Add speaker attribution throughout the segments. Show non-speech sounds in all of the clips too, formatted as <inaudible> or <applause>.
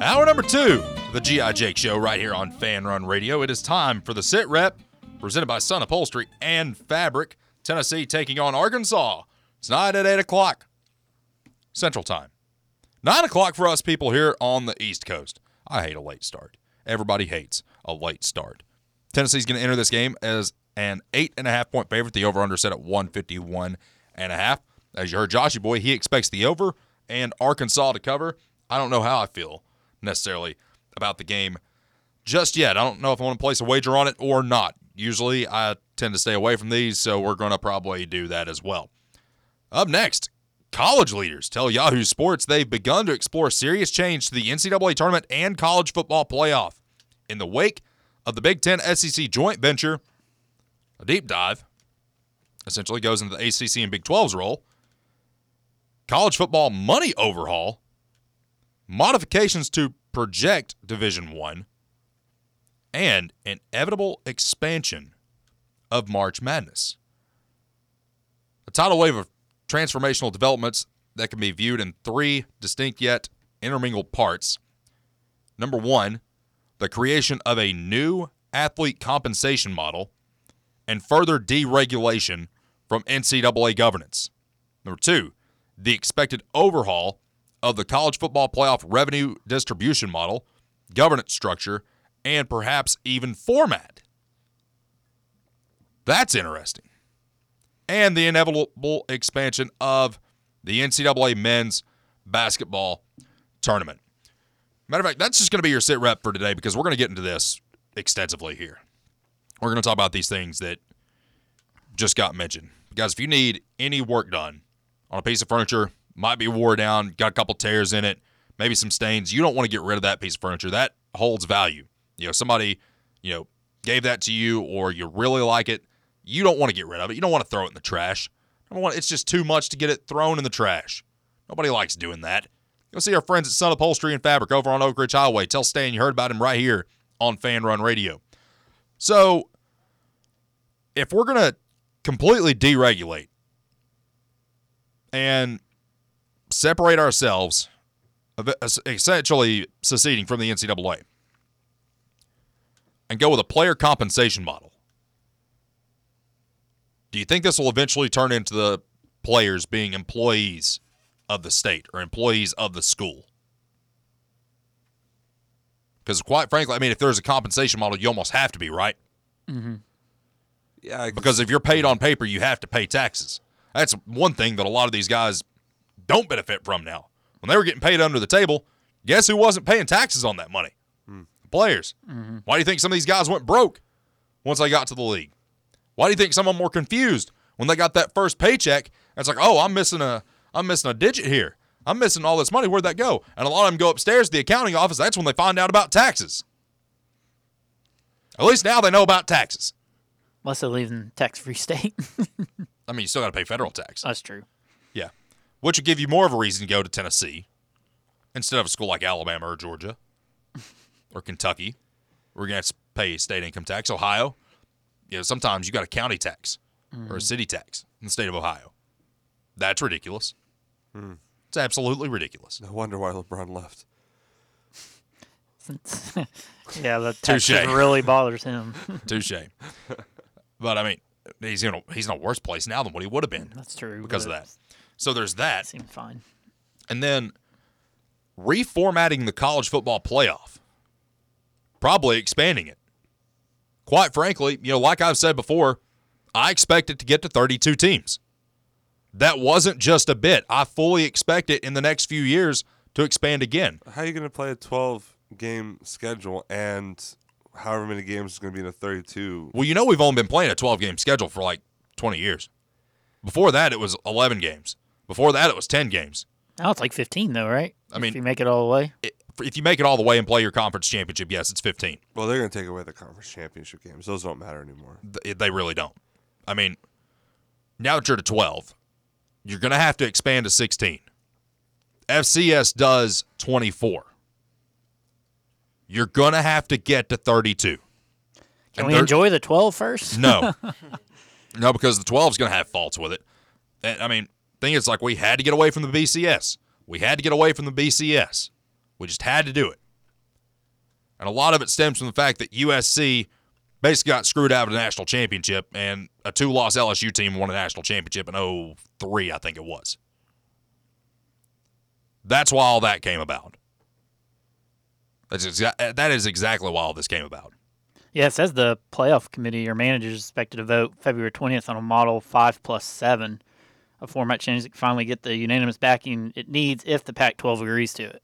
Speaker 1: Hour number two, of the G.I. Jake Show, right here on Fan Run Radio. It is time for the sit rep, presented by Sun Upholstery and Fabric. Tennessee taking on Arkansas tonight at 8 o'clock Central Time. 9 o'clock for us people here on the East Coast. I hate a late start. Everybody hates a late start. Tennessee's going to enter this game as an 8.5 point favorite. The over under set at 151 and a half. As you heard Joshy Boy, he expects the over and Arkansas to cover. I don't know how I feel necessarily about the game just yet. I don't know if I want to place a wager on it or not. Usually I tend to stay away from these, so we're going to probably do that as well. Up next, college leaders tell Yahoo Sports they've begun to explore serious change to the NCAA tournament and college football playoff. In the wake of the Big Ten SEC joint venture, a deep dive essentially goes into the ACC and Big 12's role, college football money overhaul, modifications to project Division 1, and inevitable expansion of March Madness. A tidal wave of transformational developments that can be viewed in three distinct yet intermingled parts. Number one, the creation of a new athlete compensation model and further deregulation from NCAA governance. Number two, the expected overhaul of the college football playoff revenue distribution model, governance structure, and perhaps even format. That's interesting. And the inevitable expansion of the NCAA men's basketball tournament. Matter of fact, that's just going to be your sit rep for today because we're going to get into this extensively here. We're going to talk about these things that just got mentioned. Guys, if you need any work done on a piece of furniture, might be wore down, got a couple tears in it, maybe some stains, you don't want to get rid of that piece of furniture. That holds value. You know, somebody, you know, gave that to you or you really like it, you don't want to get rid of it. You don't want to throw it in the trash. Number one, it's just too much to get it thrown in the trash. Nobody likes doing that. Go see our friends at Sun Upholstery and Fabric over on Oak Ridge Highway. Tell Stan you heard about him right here on Fan Run Radio. So, if we're going to completely deregulate and separate ourselves, ev- essentially seceding from the NCAA, and go with a player compensation model, do you think this will eventually turn into the players being employees of the state or employees of the school? Because, quite frankly, I mean, if there's a compensation model, you almost have to be, right?
Speaker 2: Mm-hmm. Yeah, I-
Speaker 1: because if you're paid on paper, you have to pay taxes. That's one thing that a lot of these guys don't benefit from now. When they were getting paid under the table, guess who wasn't paying taxes on that money? Players.
Speaker 2: Mm-hmm.
Speaker 1: Why do you think some of these guys went broke once they got to the league? Why do you think some of them were confused when they got that first paycheck? It's like, oh, I'm missing a, I'm missing a digit here. I'm missing all this money. Where'd that go? And a lot of them go upstairs to the accounting office. That's when they find out about taxes. At least now they know about taxes.
Speaker 3: Unless they live in tax-free state. <laughs>
Speaker 1: I mean, you still got to pay federal tax.
Speaker 3: That's true.
Speaker 1: Yeah. Which would give you more of a reason to go to Tennessee instead of a school like Alabama or Georgia <laughs> or Kentucky. We're going to have to pay state income tax. Ohio, you know, sometimes you got a county tax or a city tax in the state of Ohio. That's ridiculous. It's absolutely ridiculous.
Speaker 2: no wonder why LeBron left.
Speaker 3: <laughs> yeah, the taxes
Speaker 1: Touche.
Speaker 3: really bothers him. <laughs>
Speaker 1: Touche. but I mean, he's in a, he's in a worse place now than what he would have been
Speaker 3: That's true.
Speaker 1: because of
Speaker 3: but
Speaker 1: that. So there's
Speaker 3: it
Speaker 1: that.
Speaker 3: Seemed fine.
Speaker 1: and then reformatting the college football playoff, probably expanding it. Quite frankly, you know, like I've said before, I expect it to get to 32 teams. That wasn't just a bit. I fully expect it in the next few years to expand again.
Speaker 2: How are you going to play a 12 game schedule and however many games is going to be in a 32?
Speaker 1: Well, you know, we've only been playing a 12 game schedule for like 20 years. Before that, it was 11 games. Before that, it was 10 games.
Speaker 3: Now it's like 15, though, right?
Speaker 1: I mean-
Speaker 3: if you make it all the way.
Speaker 1: It, if you make it all the way and play your conference championship, yes, it's 15.
Speaker 2: Well, they're going to take away the conference championship games. Those don't matter anymore.
Speaker 1: th- they really don't. I mean, now that you're to 12, you're going to have to expand to 16. FCS does 24. You're going to have to get to 32.
Speaker 3: Can
Speaker 1: And
Speaker 3: we
Speaker 1: thir-
Speaker 3: enjoy the 12
Speaker 1: <laughs>
Speaker 3: first?
Speaker 1: No. no, because the 12 is going to have faults with it. And, I mean, thing is, like, we had to get away from the BCS. We had to get away from the BCS. We just had to do it. And a lot of it stems from the fact that USC basically got screwed out of the national championship, and a two loss LSU team won a national championship in 03, I think it was. That's why all that came about. That's exa- that is exactly why all this came about.
Speaker 3: Yeah, it says the playoff committee or managers expected to vote February 20th on a model 5 plus 7, a format change that can finally get the unanimous backing it needs if the Pac 12 agrees to it.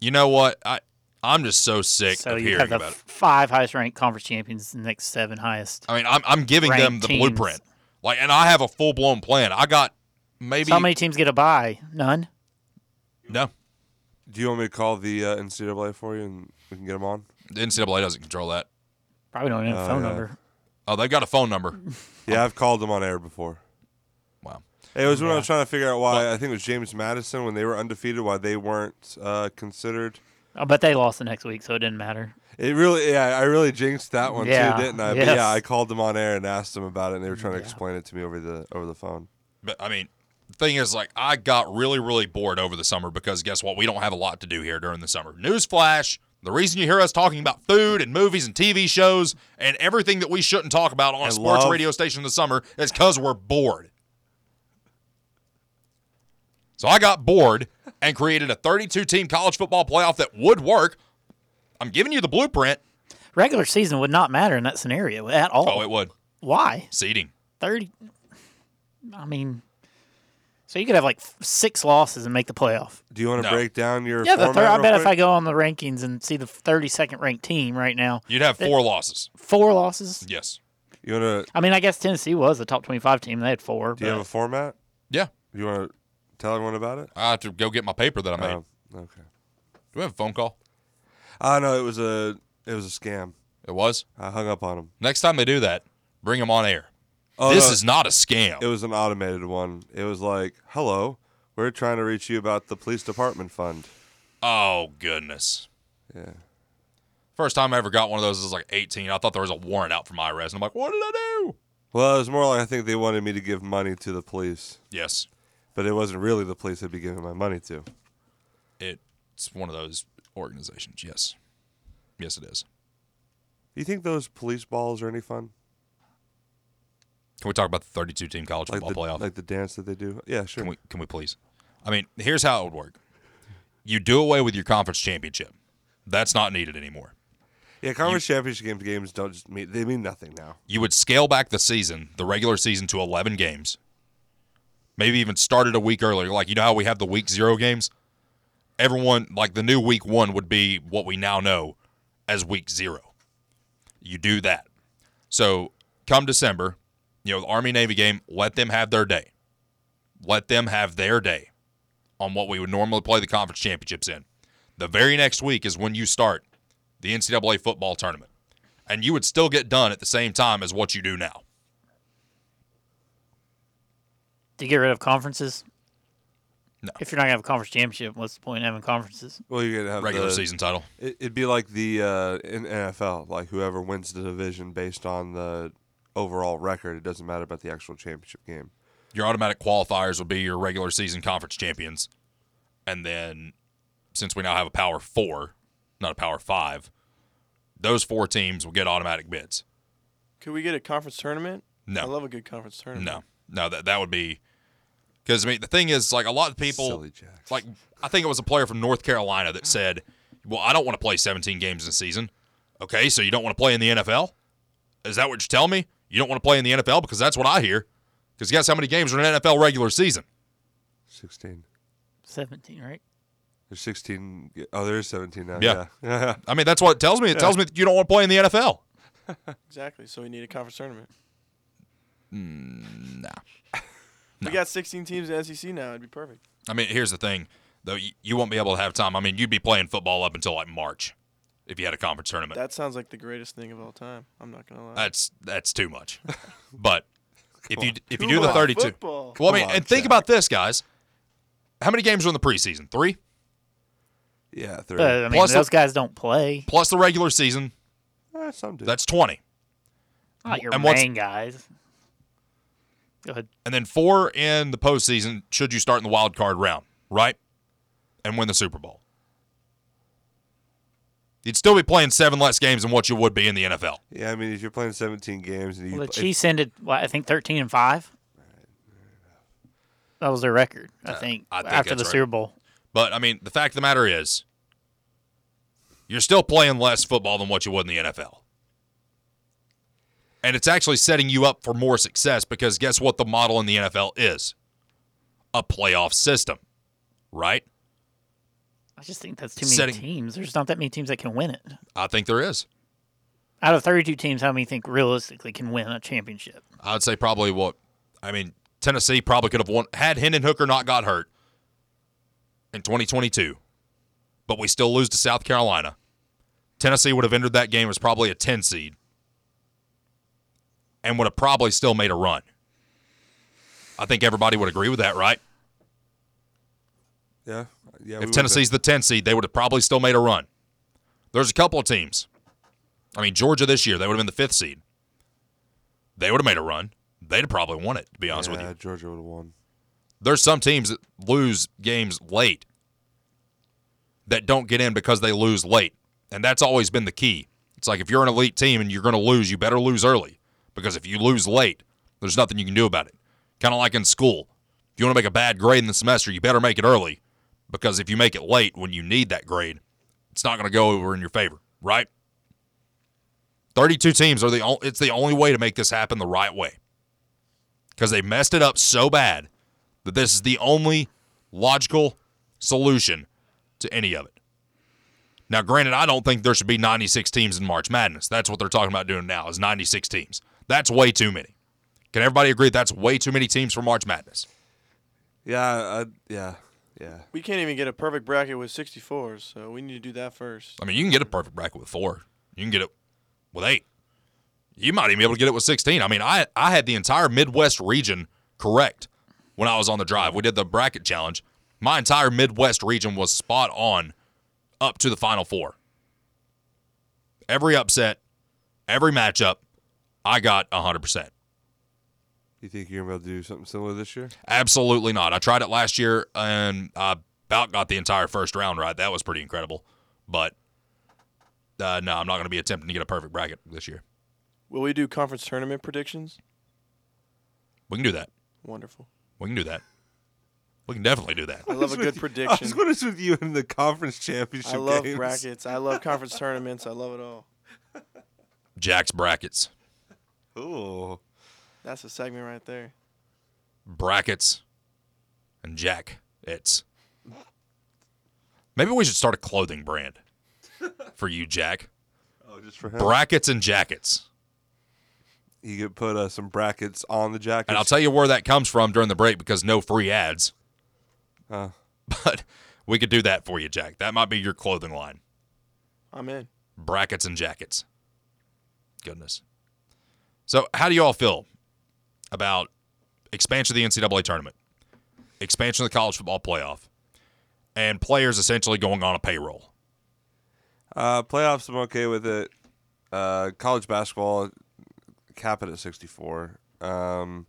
Speaker 1: You know what? I I'm just so sick
Speaker 3: so
Speaker 1: of
Speaker 3: you
Speaker 1: hearing
Speaker 3: have the
Speaker 1: about it.
Speaker 3: f- five highest ranked conference champions, the next seven highest.
Speaker 1: I mean, I'm I'm giving them
Speaker 3: ranked
Speaker 1: the
Speaker 3: teams.
Speaker 1: blueprint. Like, and I have a full blown plan. I got maybe
Speaker 3: So how many teams get a bye? None.
Speaker 1: no.
Speaker 2: Do you want me to call the uh, NCAA for you and we can get them on?
Speaker 1: The NCAA doesn't control that.
Speaker 3: Probably don't even have a
Speaker 2: Oh,
Speaker 3: phone
Speaker 2: yeah.
Speaker 3: number.
Speaker 1: Oh, they've got a phone number.
Speaker 2: Yeah, I've called them on air before.
Speaker 1: Wow.
Speaker 2: It was when I was trying to figure out why I think it was James Madison when they were undefeated, why they weren't uh, considered.
Speaker 3: Oh, but they lost the next week, so it didn't matter.
Speaker 2: It really, yeah, I really jinxed that one
Speaker 3: Yeah,
Speaker 2: too, didn't I? But
Speaker 3: yes.
Speaker 2: yeah, I called them on air and asked them about it, and they were trying to explain it to me over the over the phone.
Speaker 1: But I mean, the thing is, like, I got really, really bored over the summer because guess what? We don't have a lot to do here during the summer. Newsflash. The reason you hear us talking about food and movies and TV shows and everything that we shouldn't talk about on a
Speaker 2: And
Speaker 1: sports
Speaker 2: love.
Speaker 1: radio station in the summer is because we're bored. So I got bored and created a 32 team college football playoff that would work. I'm giving you the blueprint.
Speaker 3: Regular season would not matter in that scenario at all.
Speaker 1: Oh, it would.
Speaker 3: Why?
Speaker 1: Seeding.
Speaker 3: 30. I mean, so you could have like f- six losses and make the playoff.
Speaker 2: Do you want to
Speaker 1: No.
Speaker 2: break down your?
Speaker 3: Yeah, the
Speaker 2: format
Speaker 3: thir- I
Speaker 2: real
Speaker 3: bet if I
Speaker 2: quick?
Speaker 3: go on the rankings and see the 32nd ranked team right now,
Speaker 1: You'd have
Speaker 2: <laughs>
Speaker 1: four losses.
Speaker 3: four losses.
Speaker 1: Yes.
Speaker 2: You want to?
Speaker 3: I mean, I guess Tennessee was a top 25 team. They had four.
Speaker 2: Do you
Speaker 1: Uh,
Speaker 2: have a
Speaker 3: but-
Speaker 2: format?
Speaker 1: Yeah.
Speaker 2: You want to tell everyone about it?
Speaker 1: I have to go get my paper that I made.
Speaker 2: Oh, okay.
Speaker 1: Do we have a phone call?
Speaker 2: Ah, no, it was a it was a scam.
Speaker 1: It was.
Speaker 2: I hung up on them.
Speaker 1: Next time they do that, bring them on air.
Speaker 2: Oh,
Speaker 1: this
Speaker 2: no,
Speaker 1: is not a scam.
Speaker 2: it was an automated one. It was like, "Hello, we're trying to reach you about the police department fund."
Speaker 1: oh goodness.
Speaker 2: Yeah.
Speaker 1: First time I ever got one of those was like 18. I thought there was a warrant out for my arrest. And I'm like, what did I do?
Speaker 2: Well, it was more like I think they wanted me to give money to the police,
Speaker 1: Yes.
Speaker 2: but it wasn't really the police I'd be giving my money to.
Speaker 1: It's one of those organizations. Yes. Yes, it is.
Speaker 2: You think those police balls are any fun?
Speaker 1: Can we talk about the 32 team college
Speaker 2: Like
Speaker 1: football
Speaker 2: the
Speaker 1: playoff?
Speaker 2: like the dance that they do? Yeah, sure.
Speaker 1: Can we can we please? I mean, here's how it would work. You do away with your conference championship. That's not needed anymore.
Speaker 2: yeah, conference championship games games don't just mean they mean nothing now.
Speaker 1: you would scale back the season, the regular season, to 11 games. Maybe even started a week earlier. Like, you know how we have the week zero games? Everyone, like, the new week one would be what we now know as week zero. You do that. So, come December, you know, the Army Navy game, let them have their day. Let them have their day on what we would normally play the conference championships in. The very next week is when you start the NCAA football tournament and you would still get done at the same time as what you do now.
Speaker 3: Do you get rid of conferences?
Speaker 1: No.
Speaker 3: If you're not gonna have a conference championship, what's the point in having conferences?
Speaker 2: Well, you're gonna have
Speaker 1: Regular
Speaker 2: the-
Speaker 1: season title.
Speaker 2: It, it'd be like the uh, in NFL, like whoever wins the division based on the overall record. It doesn't matter about the actual championship game.
Speaker 1: Your automatic qualifiers would be your regular season conference champions. And then since we now have a power four, not a power five, those four teams will get automatic bids.
Speaker 4: Could we get a conference tournament?
Speaker 1: No.
Speaker 4: I love a good conference tournament.
Speaker 1: No. No, that that would be because I mean the thing is like a lot of people
Speaker 2: Silly Jacks.
Speaker 1: like I think it was a player from North Carolina that said, "Well, I don't want to play 17 games in a season." Okay, so you don't want to play in the NFL? Is that what you're telling me? You don't want to play in the NFL because that's what I hear. Because guess how many games are in an NFL regular season?
Speaker 2: sixteen.
Speaker 3: Seventeen, right?
Speaker 2: There's sixteen. Oh, there is seventeen now.
Speaker 1: Yeah.
Speaker 2: Yeah. <laughs>
Speaker 1: I mean, that's what it tells me. It tells me that you don't want to play in the NFL.
Speaker 4: Exactly. So we need a conference tournament.
Speaker 1: Mm, Nah.
Speaker 4: <laughs> We got 16 teams in the SEC now. It'd be perfect.
Speaker 1: I mean, here's the thing, though. You, you won't be able to have time. I mean, you'd be playing football up until like March if you had a conference tournament.
Speaker 4: That sounds like the greatest thing of all time. I'm not gonna lie.
Speaker 1: That's that's too
Speaker 4: <laughs>
Speaker 1: much. But if you if you do
Speaker 4: Too
Speaker 1: the
Speaker 4: much
Speaker 1: 32,
Speaker 4: football.
Speaker 1: well, I mean,
Speaker 2: Come on,
Speaker 1: and think
Speaker 2: Jack.
Speaker 1: about this, guys. How many games are in the preseason? Three
Speaker 2: yeah. Three.
Speaker 3: But uh, I mean,
Speaker 1: Plus the-
Speaker 3: those guys don't play.
Speaker 1: plus the regular season.
Speaker 2: Eh, some do.
Speaker 1: That's 20,
Speaker 3: Not your
Speaker 1: And what's-
Speaker 3: main guys. Go ahead.
Speaker 1: and then four in the postseason. Should you start in the wild card round, right, and win the Super Bowl? You'd still be playing seven less games than what you would be in the NFL.
Speaker 2: Yeah, I mean, if you're playing 17 games and you
Speaker 3: Well, the
Speaker 2: if-
Speaker 3: Chiefs ended, well, I think, thirteen and five. That was their record, I think,
Speaker 1: I think
Speaker 3: after
Speaker 1: that's
Speaker 3: the
Speaker 1: right.
Speaker 3: Super Bowl.
Speaker 1: But I mean, the fact of the matter is, you're still playing less football than what you would in the NFL. And it's actually setting you up for more success because guess what the model in the NFL is? A playoff system, right?
Speaker 3: I just think that's too many
Speaker 1: Setting-
Speaker 3: teams. There's not that many teams that can win it.
Speaker 1: I think there is.
Speaker 3: Out of 32 teams, how many think realistically can win a championship?
Speaker 1: I would say probably what I mean, Tennessee probably could have won had Hendon Hooker not got hurt in 2022. But we still lose to South Carolina. Tennessee would have entered that game as probably a 10 seed and would have probably still made a run. I think everybody would agree with that, right?
Speaker 2: yeah, yeah. we
Speaker 1: If
Speaker 2: would've
Speaker 1: Tennessee's the 10 seed, they would have probably still made a run. There's a couple of teams. I mean, Georgia this year, they would have been the fifth seed. They would have made a run. They'd have probably won it, to be
Speaker 2: been-
Speaker 1: honest with you.
Speaker 2: yeah, Georgia would have won.
Speaker 1: there's some teams that lose games late that don't get in because they lose late. And that's always been the key. It's like if you're an elite team and you're going to lose, you better lose early because if you lose late, there's nothing you can do about it. Kind of like in school. If you want to make a bad grade in the semester, you better make it early because if you make it late when you need that grade, it's not going to go over in your favor, right? 32 teams are the only it's the only way to make this happen the right way. Cuz they messed it up so bad that this is the only logical solution to any of it. Now, granted, I don't think there should be 96 teams in March Madness. That's what they're talking about doing now is 96 teams. That's way too many. Can everybody agree that's way too many teams for March Madness?
Speaker 2: Yeah, I, yeah, yeah.
Speaker 4: We can't even get a perfect bracket with 64s, so we need to do that first.
Speaker 1: I mean, you can get a perfect bracket with four. You can get it with eight. You might even be able to get it with 16. I mean, I, I had the entire Midwest region correct when I was on the drive. We did the bracket challenge. My entire Midwest region was spot on up to the final four. Every upset, every matchup, I got 100%.
Speaker 2: You think you're gonna be able to do something similar this year?
Speaker 1: Absolutely not. I tried it last year and I about got the entire first round right. That was pretty incredible. But uh, no, I'm not going to be attempting to get a perfect bracket this year.
Speaker 4: Will we do conference tournament predictions?
Speaker 1: We can do that.
Speaker 4: Wonderful.
Speaker 1: We can do that. We can definitely do that.
Speaker 4: I love
Speaker 1: <laughs>
Speaker 4: a
Speaker 2: What's with
Speaker 4: good
Speaker 2: you- I
Speaker 4: prediction.
Speaker 2: was going with you in the conference championship
Speaker 4: I love
Speaker 2: games.
Speaker 4: brackets. I love conference
Speaker 1: <laughs>
Speaker 4: tournaments. I love it all.
Speaker 1: Jack's brackets,
Speaker 2: Ooh.
Speaker 4: That's a segment right there.
Speaker 1: brackets, and Jack. It's maybe we should start a clothing brand for you, Jack.
Speaker 2: Oh, just for him.
Speaker 1: Brackets and jackets.
Speaker 2: you could put uh, some brackets on the jacket.
Speaker 1: And I'll tell you where that comes from during the break because no free ads.
Speaker 2: Uh.
Speaker 1: <laughs> But we could do that for you, Jack. That might be your clothing line.
Speaker 4: I'm in.
Speaker 1: Brackets and jackets. Goodness. So, how do you all feel about expansion of the NCAA tournament, expansion of the college football playoff, and players essentially going on a payroll?
Speaker 2: Uh, playoffs, I'm okay with it. Uh, college basketball, cap it at 64. Um,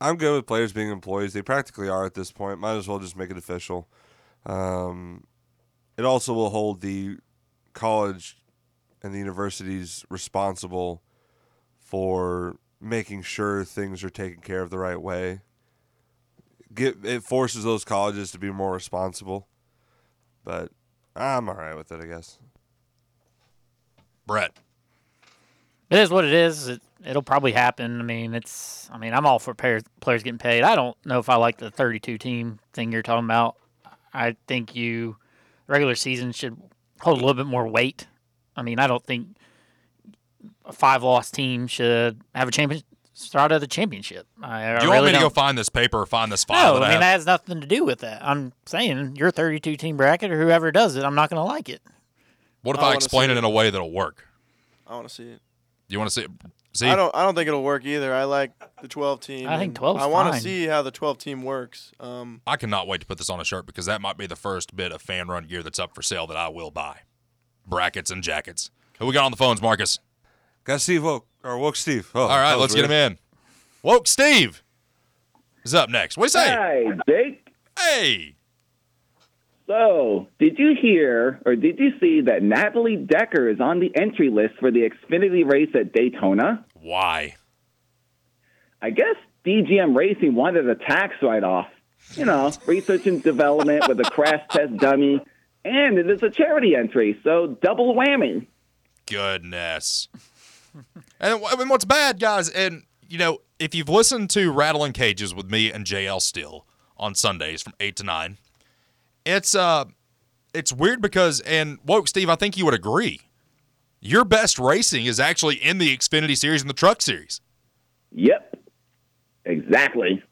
Speaker 2: I'm good with players being employees. They practically are at this point. Might as well just make it official. Um, it also will hold the college and the universities responsible for making sure things are taken care of the right way. Get, it forces those colleges to be more responsible. But I'm all right with it, I guess.
Speaker 1: Brett,
Speaker 3: It is what it is. It, it'll probably happen. I mean, it's. I mean, I'm all for players, players getting paid. I don't know if I like the 32 team thing you're talking about. I think you regular season should hold a little bit more weight. I mean, I don't think a five loss team should have a champion start at the championship. I, I
Speaker 1: do you
Speaker 3: really
Speaker 1: want me to
Speaker 3: don't.
Speaker 1: go find this paper or find this file?
Speaker 3: No,
Speaker 1: that
Speaker 3: I mean
Speaker 1: have?
Speaker 3: that has nothing to do with that. I'm saying your 32 team bracket or whoever does it, I'm not going to like it.
Speaker 1: what if
Speaker 4: I
Speaker 1: I,
Speaker 4: wanna
Speaker 1: explain
Speaker 4: see
Speaker 1: it in a way that'll work?
Speaker 4: I want to see it.
Speaker 1: Do you want to see? it? See,
Speaker 4: I don't. I don't think it'll work either. I like the 12 team.
Speaker 3: I think
Speaker 4: and
Speaker 3: 12 's
Speaker 4: I want
Speaker 3: fine.
Speaker 4: to see how the 12 team works. Um,
Speaker 1: I cannot wait to put this on a shirt because that might be the first bit of fan run gear that's up for sale that I will buy. Brackets and jackets. Who we got on the phones, Marcus?
Speaker 2: Got Steve woke or woke Steve. Oh,
Speaker 1: All right, let's get him in. Woke Steve is up next. What do you say?
Speaker 5: Hey, Jake.
Speaker 1: Hey,
Speaker 6: So, did you hear or did you see that Natalie Decker is on the entry list for the Xfinity race at Daytona?
Speaker 1: Why?
Speaker 6: I guess DGM Racing wanted a tax write off. You know, research and development with a crash test dummy. And it is a charity entry, so double whammy.
Speaker 1: Goodness. <laughs> and, wh- and what's bad, guys, and you know, if you've listened to Rattling Cages with me and JL Still on Sundays from eight to nine, it's uh, it's weird because and woke Steve, I think you would agree. Your best racing is actually in the Xfinity Series and the Truck Series.
Speaker 6: Yep, exactly.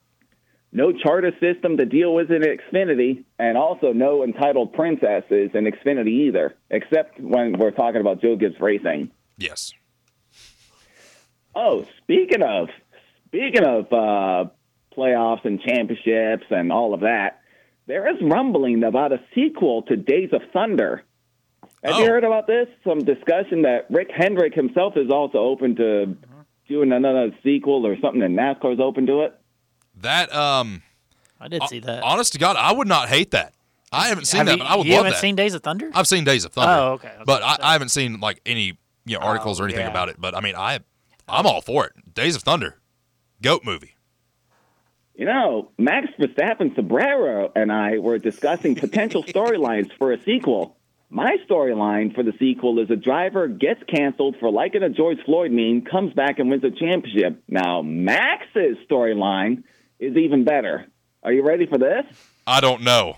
Speaker 6: No charter system to deal with in Xfinity, and also no entitled princesses in Xfinity either, except when we're talking about Joe Gibbs Racing.
Speaker 1: Yes.
Speaker 6: Oh, speaking of speaking of uh, playoffs and championships and all of that, there is rumbling about a sequel to Days of Thunder. Have
Speaker 1: Oh.
Speaker 6: you heard about this? Some discussion that Rick Hendrick himself is also open to doing another sequel or something, and NASCAR's open to it.
Speaker 1: That um,
Speaker 3: I did see that.
Speaker 1: honest to God, I would not hate that. I haven't seen
Speaker 3: Have
Speaker 1: that,
Speaker 3: you,
Speaker 1: but I would
Speaker 3: you
Speaker 1: love
Speaker 3: haven't
Speaker 1: that.
Speaker 3: seen Days of Thunder?
Speaker 1: I've seen Days of Thunder.
Speaker 3: Oh, okay, okay.
Speaker 1: But I, I haven't seen like any you know articles
Speaker 3: Oh,
Speaker 1: or anything
Speaker 3: yeah.
Speaker 1: about it. But I mean, I I'm all for it. Days of Thunder, goat movie.
Speaker 6: You know, Max Verstappen Sabrero and I were discussing potential storylines for a sequel. My storyline for the sequel is a driver gets canceled for liking a George Floyd meme, comes back and wins a championship. Now, Max's storyline is even better. Are you ready for this?
Speaker 1: I don't know.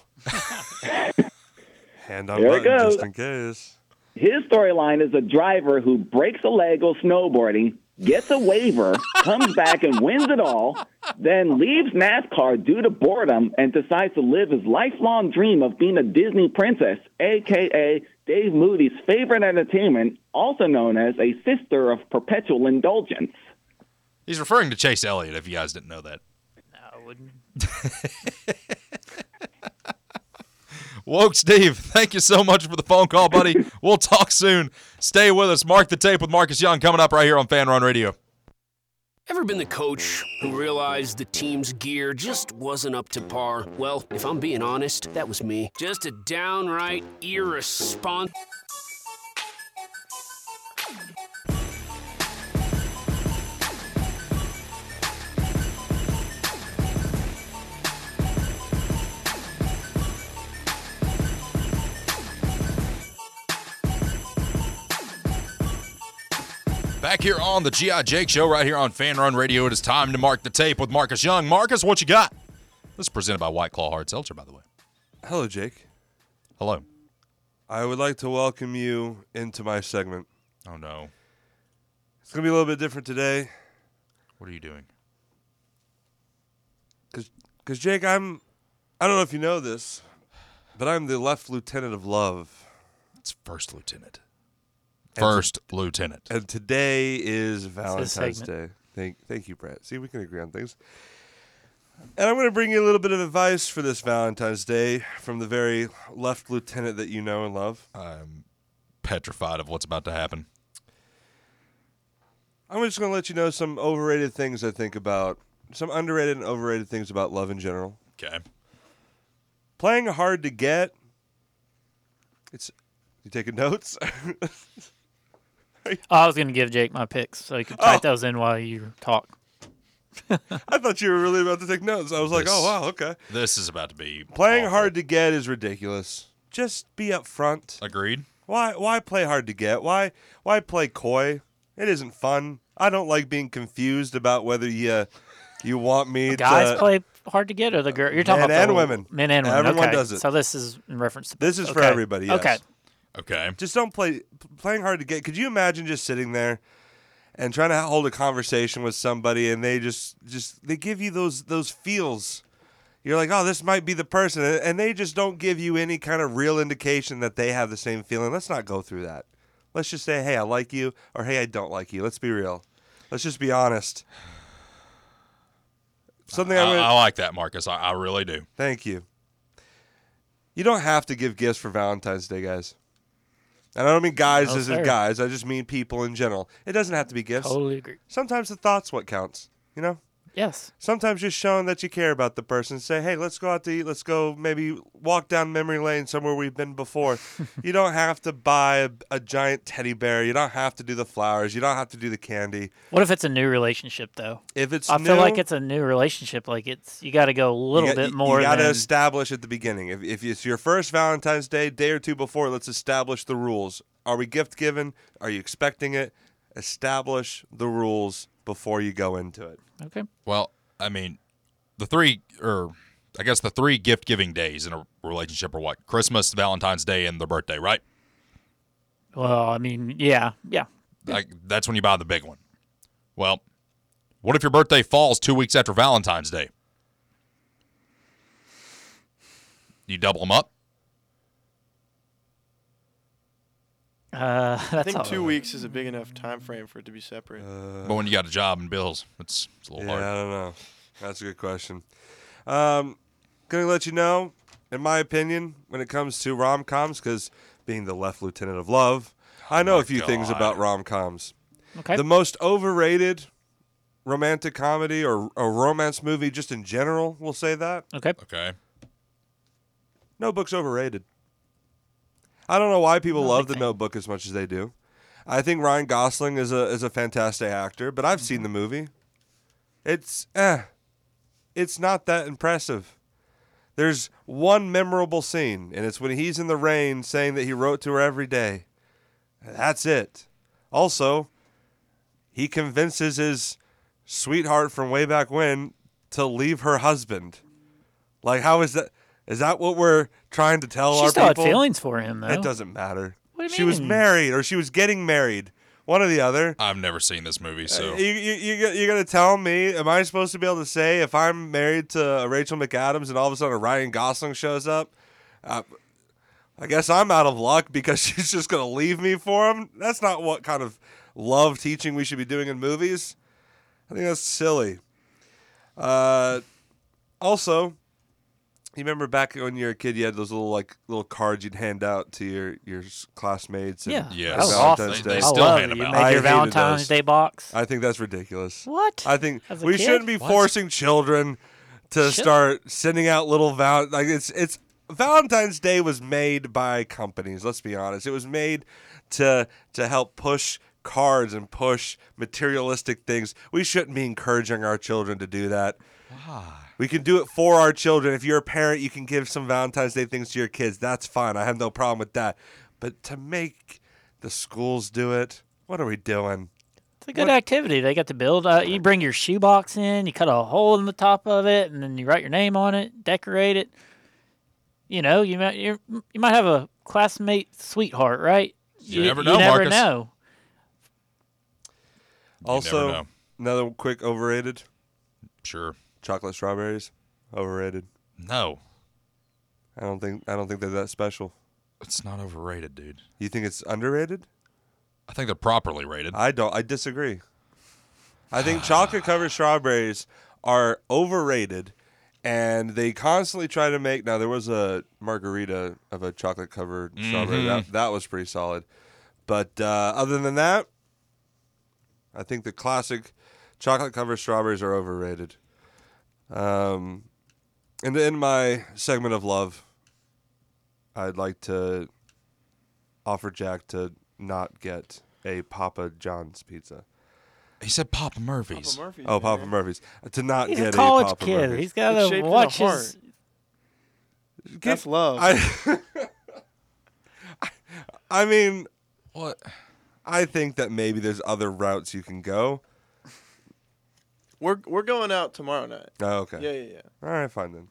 Speaker 2: Hand on
Speaker 6: Here it
Speaker 2: button just
Speaker 6: goes.
Speaker 2: in case.
Speaker 6: His storyline is a driver who breaks a leg while snowboarding, gets a waiver, comes back and wins it all, then leaves NASCAR due to boredom and decides to live his lifelong dream of being a Disney princess, aka Dave Moody's favorite entertainment, also known as a sister of perpetual indulgence.
Speaker 1: He's referring to Chase Elliott. If you guys didn't know that,
Speaker 3: I wouldn't.
Speaker 1: woke Steve, <laughs> thank you so much for the phone call,
Speaker 3: <laughs>
Speaker 1: buddy. we'll talk soon. Stay with us. Mark the tape with Marcus Young coming up right here on Fan Run Radio.
Speaker 7: Ever been the coach who realized the team's gear just wasn't up to par? Well, if I'm being honest, that was me. Just a downright irresponsible.
Speaker 1: Back here on the GI Jake Show, right here on Fan Run Radio. It is time to mark the tape with Marcus Young. Marcus, what you got? This is presented by White Claw Hard Seltzer, by the way.
Speaker 2: Hello, Jake.
Speaker 1: Hello.
Speaker 2: I would like to welcome you into my segment.
Speaker 1: Oh no,
Speaker 2: It's gonna be a little bit different today,
Speaker 1: what are you doing?
Speaker 2: cause, 'cause, Jake, I'm, I don't know if you know this, but I'm the left lieutenant of love,
Speaker 1: It's first lieutenant.
Speaker 2: And-
Speaker 1: First lieutenant.
Speaker 2: and today is Valentine's Day.
Speaker 3: segment.
Speaker 2: Thank, thank you, Brett. See, we can agree on things. And I'm gonna bring you a little bit of advice for this Valentine's Day from the very left lieutenant that you know and love.
Speaker 1: I'm petrified of what's about to happen.
Speaker 2: I'm just gonna let you know some overrated things I think about, some underrated and overrated things about love in general.
Speaker 1: Okay.
Speaker 2: playing hard to get. It's you taking notes? <laughs>
Speaker 3: Oh, I was gonna give Jake my picks so he could type
Speaker 2: Oh.
Speaker 3: those in while you talk.
Speaker 2: I thought you were really about to take notes. I was like, oh
Speaker 1: This-
Speaker 2: wow, okay.
Speaker 1: This is about to be
Speaker 2: Playing
Speaker 1: awful.
Speaker 2: hard to get is ridiculous. Just be upfront.
Speaker 1: Agreed.
Speaker 2: Why why play hard to get? Why why play coy? It isn't fun. I don't like being confused about whether you you want me
Speaker 3: Guys
Speaker 2: to
Speaker 3: play hard to get, or the girl you're talking
Speaker 2: uh, Men
Speaker 3: about.
Speaker 2: and
Speaker 3: the
Speaker 2: women.
Speaker 3: men and women.
Speaker 2: Everyone
Speaker 3: okay.
Speaker 2: does it.
Speaker 3: So this is in reference to.
Speaker 2: This is for
Speaker 3: okay.
Speaker 2: everybody, yes.
Speaker 3: Okay.
Speaker 1: Okay.
Speaker 2: just don't play playing hard to get. Could you imagine just sitting there and trying to hold a conversation with somebody and they just just they give you those those feels. You're like, "Oh, this might be the person." and- And they just don't give you any kind of real indication that they have the same feeling. Let's not go through that. Let's just say, "Hey, I like you," or "Hey, I don't like you." Let's be real. Let's just be honest. Something
Speaker 1: I,
Speaker 2: I'm gonna-
Speaker 1: I like that, Marcus. I, I really do.
Speaker 2: Thank you. You don't have to give gifts for Valentine's Day, guys. And I don't mean guys
Speaker 3: No,
Speaker 2: as
Speaker 3: sir.
Speaker 2: in guys. I just mean people in general. It doesn't have to be gifts.
Speaker 3: Totally agree.
Speaker 2: Sometimes the thought's what counts. You know,
Speaker 3: Yes.
Speaker 2: Sometimes just showing that you care about the person. Say, hey, let's go out to eat. Let's go maybe walk down memory lane somewhere we've
Speaker 3: <laughs>
Speaker 2: been before. you don't have to buy a, a giant teddy bear. You don't have to do the flowers. You don't have to do the candy.
Speaker 3: What if it's a new relationship though?
Speaker 2: If it's
Speaker 3: I feel
Speaker 2: new,
Speaker 3: like it's a new relationship. Like it's you got to go a
Speaker 2: you
Speaker 3: little
Speaker 2: got-
Speaker 3: bit
Speaker 2: you-
Speaker 3: more.
Speaker 2: You got to
Speaker 3: than-
Speaker 2: establish at the beginning. If, if it's your first Valentine's Day, day or two before, let's establish the rules. Are we gift giving? Are you expecting it? Establish the rules before you go into it.
Speaker 3: okay.
Speaker 1: Well, I mean, the three, or I guess the three gift giving days in a relationship are what? Christmas, Valentine's Day, and the birthday, right?
Speaker 3: Well, I mean, yeah, yeah.
Speaker 1: Like, that's when you buy the big one. Well, what if your birthday falls two weeks after Valentine's Day? You double them up?
Speaker 3: Uh, <laughs> that's
Speaker 4: I think
Speaker 3: all.
Speaker 4: two weeks is a big enough time frame for it to be separate.
Speaker 2: Uh,
Speaker 1: but when you got a job and bills, it's, it's a little
Speaker 2: Yeah, I
Speaker 1: hard.
Speaker 2: don't know. That's a good question. Um, gonna let you know, in my opinion, when it comes to rom coms, because being the left lieutenant of love, I know
Speaker 1: Oh my
Speaker 2: a few things
Speaker 1: God.
Speaker 2: about rom coms.
Speaker 3: Okay.
Speaker 2: The most overrated romantic comedy or a romance movie, just in general, we'll say that.
Speaker 3: okay.
Speaker 1: Okay.
Speaker 2: Notebook's overrated. I don't know why people love
Speaker 3: like
Speaker 2: the
Speaker 3: that.
Speaker 2: Notebook as much as they do. I think Ryan Gosling is a is a fantastic actor, but I've seen the movie. It's eh, it's not that impressive. There's one memorable scene, and it's when he's in the rain saying that he wrote to her every day. That's it. Also, he convinces his sweetheart from way back when to leave her husband. Like, how is that? Is that what we're trying to tell
Speaker 3: She
Speaker 2: our
Speaker 3: still had
Speaker 2: people?
Speaker 3: feelings for him though.
Speaker 2: It doesn't matter.
Speaker 3: What do you
Speaker 2: she was
Speaker 3: mean?
Speaker 2: married, or she was getting married, one or the other.
Speaker 1: I've never seen this movie, so.
Speaker 2: You, you, you, you're going to tell me, am I supposed to be able to say if I'm married to a Rachel McAdams and all of a sudden a Ryan Gosling shows up? Uh, I guess I'm out of luck because <laughs> she's just going to leave me for him. That's not what kind of love teaching we should be doing in movies. I think that's silly. Uh, also, you remember back when you were a kid, you had those little like little cards you'd hand out to your your s- classmates. and-
Speaker 3: Yeah.
Speaker 1: Yes.
Speaker 3: That was
Speaker 2: Valentine's
Speaker 3: awesome.
Speaker 2: Day. They
Speaker 3: I
Speaker 1: still
Speaker 3: love
Speaker 1: hand them
Speaker 3: it. You
Speaker 1: out.
Speaker 2: I
Speaker 3: made your
Speaker 2: hated
Speaker 3: Valentine's
Speaker 2: those.
Speaker 3: Day box.
Speaker 2: I think that's ridiculous.
Speaker 3: what?
Speaker 2: I think
Speaker 3: As a
Speaker 2: we
Speaker 3: kid?
Speaker 2: shouldn't be forcing children to start sending out little val like it's it's Valentine's Day was made by companies, let's be honest. It was made to to help push cards and push materialistic things. We shouldn't be encouraging our children to do that. We can do it for our children. If you're a parent, you can give some Valentine's Day things to your kids. That's fine. I have no problem with that. But to make the schools do it, what are we doing?
Speaker 3: It's a good activity. They got to build. Uh, you bring your shoebox in, you cut a hole in the top of it, and then you write your name on it, decorate it. You know, you might you're, you might have a classmate sweetheart, right?
Speaker 1: You never know,
Speaker 3: You never
Speaker 1: Marcus.
Speaker 3: know.
Speaker 2: Also,
Speaker 1: know.
Speaker 2: another quick overrated
Speaker 1: Sure.
Speaker 2: chocolate strawberries. Overrated.
Speaker 1: No,
Speaker 2: I don't think I don't think they're that special.
Speaker 1: it's not overrated, dude.
Speaker 2: You think it's underrated?
Speaker 1: I think they're properly rated.
Speaker 2: I don't. I disagree. I think chocolate covered strawberries are overrated, and they constantly try to make. Now there was a margarita of a chocolate covered strawberry that that was pretty solid, but uh, other than that, I think the classic chocolate covered strawberries are overrated. Um, and in my segment of love, I'd like to offer Jack to not get a Papa John's pizza.
Speaker 1: he said Papa Murphy's.
Speaker 4: Papa Murphy.
Speaker 2: Oh, Papa Murphy's. To not
Speaker 3: He's
Speaker 2: get
Speaker 3: a college
Speaker 2: Papa
Speaker 3: kid.
Speaker 2: Murphy's.
Speaker 3: He's
Speaker 4: It's
Speaker 3: got
Speaker 4: shaped
Speaker 3: to
Speaker 4: in a
Speaker 3: watch
Speaker 4: heart.
Speaker 3: his.
Speaker 4: That's love.
Speaker 2: I, <laughs> I mean,
Speaker 1: What?
Speaker 2: I think that maybe there's other routes you can go.
Speaker 4: we're we're going out tomorrow night.
Speaker 2: Oh, okay.
Speaker 4: Yeah, yeah, yeah.
Speaker 2: All right, fine then.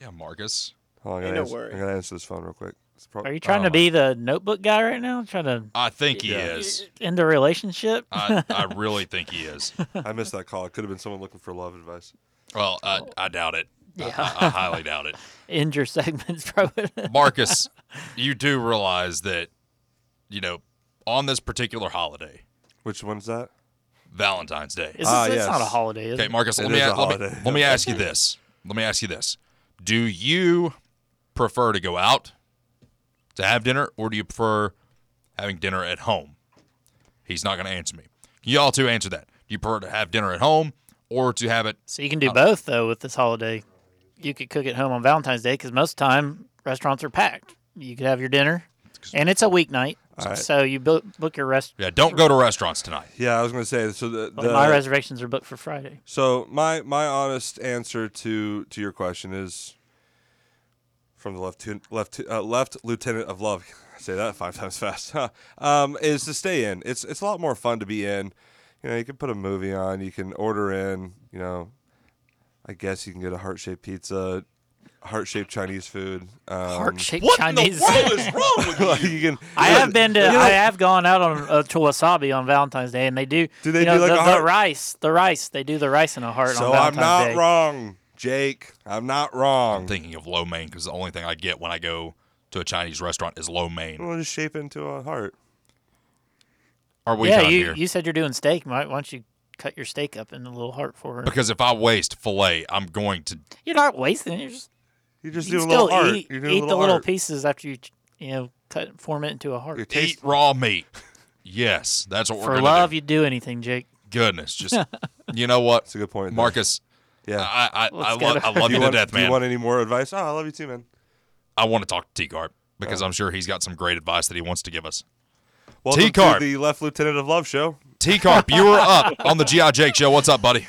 Speaker 1: Yeah, Marcus.
Speaker 2: Hold on, I gotta,
Speaker 4: Ain't no
Speaker 2: answer,
Speaker 4: worry.
Speaker 2: I gotta answer this phone real quick. It's prob-
Speaker 3: Are you trying
Speaker 1: Oh,
Speaker 3: to
Speaker 1: my-
Speaker 3: be the notebook guy right now? Trying to
Speaker 1: I think he
Speaker 3: <laughs>
Speaker 1: is.
Speaker 3: end a relationship?
Speaker 1: I, I really think he is.
Speaker 2: I missed that call. It could have been someone looking for love advice.
Speaker 1: Well, I, I doubt it. I- I, I highly doubt it.
Speaker 3: end your <laughs> segments,
Speaker 1: <laughs>
Speaker 3: bro.
Speaker 1: Marcus, you do realize that, you know, on this particular holiday,
Speaker 2: Which one's that?
Speaker 1: Valentine's Day.
Speaker 3: it's,
Speaker 2: Ah,
Speaker 3: it's not a
Speaker 2: yes.
Speaker 3: holiday. Is
Speaker 1: Okay,
Speaker 3: it?
Speaker 1: Marcus,
Speaker 2: It
Speaker 1: let me,
Speaker 2: is a
Speaker 1: a- let, me,
Speaker 2: holiday.
Speaker 1: let me ask you this. Let me ask you this. Do you prefer to go out to have dinner or do you prefer having dinner at home? He's not going to answer me. Can y'all two answer that? Do you prefer to have dinner at home or to have it.
Speaker 3: So you can do
Speaker 2: Oh.
Speaker 3: both though with this holiday. You could cook at home on Valentine's Day because most time restaurants are packed. You could have your dinner, and it's a weeknight,
Speaker 2: Alright.
Speaker 3: so you book book your rest.
Speaker 1: Yeah, don't go to restaurants tonight.
Speaker 2: Yeah, I was gonna say. So the,
Speaker 3: well,
Speaker 2: the
Speaker 3: my reservations are booked for Friday.
Speaker 2: So my my honest answer to to your question is from the left tu- left tu- uh, left lieutenant of love. <laughs> Say that five times fast. <laughs> Huh. um, is to stay in. It's it's a lot more fun to be in. You know, you can put a movie on. You can order in. You know, I guess you can get a heart shaped pizza, heart shaped Chinese food. Um,
Speaker 3: Heart shaped
Speaker 1: What in
Speaker 3: Chinese.
Speaker 1: the world is wrong with
Speaker 2: <laughs> like
Speaker 1: you?
Speaker 2: you can.
Speaker 3: <laughs> I have been to.
Speaker 2: You know-
Speaker 3: I have gone out on uh, to wasabi on Valentine's Day, and they do.
Speaker 2: Do they
Speaker 3: you know,
Speaker 2: do like
Speaker 3: the,
Speaker 2: a
Speaker 3: the
Speaker 2: heart?
Speaker 3: rice? The rice. They do the rice in a heart on
Speaker 2: So I'm
Speaker 3: Valentine's
Speaker 2: not
Speaker 3: Day.
Speaker 2: wrong, Jake. I'm not wrong.
Speaker 1: Thinking of lo mein because the only thing I get when I go to a Chinese restaurant is lo mein.
Speaker 2: We'll just shape into a heart.
Speaker 1: Are we
Speaker 3: yeah,
Speaker 1: done
Speaker 3: you
Speaker 1: here?
Speaker 3: you said you're doing steak. Why, why don't you cut your steak up into a little heart for her?
Speaker 1: because if I waste filet, I'm going to.
Speaker 3: You're not wasting it. You're just
Speaker 2: You just
Speaker 3: you
Speaker 2: do a
Speaker 3: can
Speaker 2: little
Speaker 3: still
Speaker 2: art.
Speaker 3: eat,
Speaker 2: you do
Speaker 3: eat
Speaker 2: a little
Speaker 3: the little
Speaker 2: art.
Speaker 3: pieces after you you know cut form it into a
Speaker 2: Your
Speaker 3: heart.
Speaker 1: Eat
Speaker 2: taste.
Speaker 1: raw meat. Yes, that's what we're
Speaker 3: For
Speaker 1: gonna
Speaker 3: love,
Speaker 1: do.
Speaker 3: you'd do anything, Jake.
Speaker 1: Goodness,
Speaker 3: <laughs>
Speaker 1: just you know what,
Speaker 2: That's a good point. there.
Speaker 1: Marcus,
Speaker 2: Yeah.
Speaker 1: I I, I,
Speaker 3: Let's
Speaker 1: love,
Speaker 3: get
Speaker 1: I love
Speaker 3: it.
Speaker 2: do
Speaker 1: you
Speaker 2: you,
Speaker 1: to
Speaker 2: want,
Speaker 1: death,
Speaker 2: do you
Speaker 1: man.
Speaker 2: want any more advice? Oh, I love you too, man.
Speaker 1: I want to talk to T Garp because I'm sure he's got some great advice that he wants to give us.
Speaker 2: Welcome
Speaker 1: T-Carp.
Speaker 2: to the Left Lieutenant of Love show.
Speaker 1: T Carp, you were up on the GI Jake show. What's up, buddy?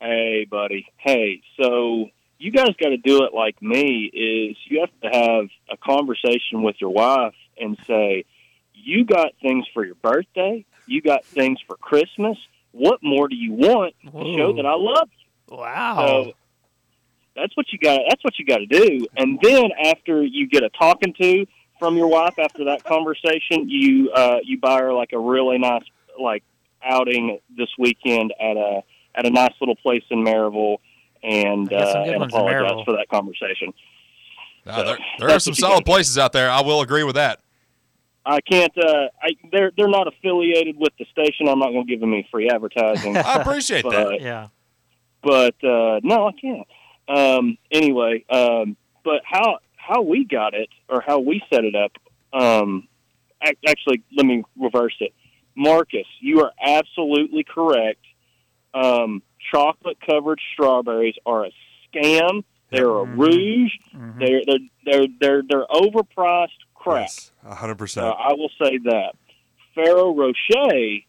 Speaker 6: Hey, buddy. Hey, so you guys got to do it like me. Is you have to have a conversation with your wife and say, "You got things for your birthday. You got things for Christmas. What more do you want to show
Speaker 3: Whoa.
Speaker 6: that I love you?"
Speaker 3: Wow.
Speaker 6: So that's what you got. That's what you got to do. And then after you get a talking to from your wife after that conversation, you uh, you buy her like a really nice like outing this weekend at a at a nice little place in Maryville, and
Speaker 3: I got some
Speaker 6: uh,
Speaker 3: good
Speaker 6: and
Speaker 3: ones in
Speaker 6: apologize
Speaker 3: Maryville.
Speaker 6: for that conversation.
Speaker 1: Uh, there there are
Speaker 6: That's
Speaker 1: some
Speaker 6: what you gotta
Speaker 1: solid
Speaker 6: do.
Speaker 1: places out there. I will agree with that.
Speaker 6: I can't. Uh, I, they're they're not affiliated with the station. I'm not going to give them any free
Speaker 1: <laughs>
Speaker 6: advertising.
Speaker 1: I appreciate that.
Speaker 6: but
Speaker 3: yeah.
Speaker 6: but uh, no, I can't. Um, anyway, um, but how how we got it or how we set it up? Um, ac- actually, let me reverse it. Marcus, you are absolutely correct. Um, chocolate covered strawberries are a scam. They're a
Speaker 3: Mhm.
Speaker 6: rouge.
Speaker 3: Mhm. <laughs>
Speaker 6: They're they're they're they're, they're overpriced crap.
Speaker 2: Yes, 100%.
Speaker 6: Uh, I will say that Ferrero Rocher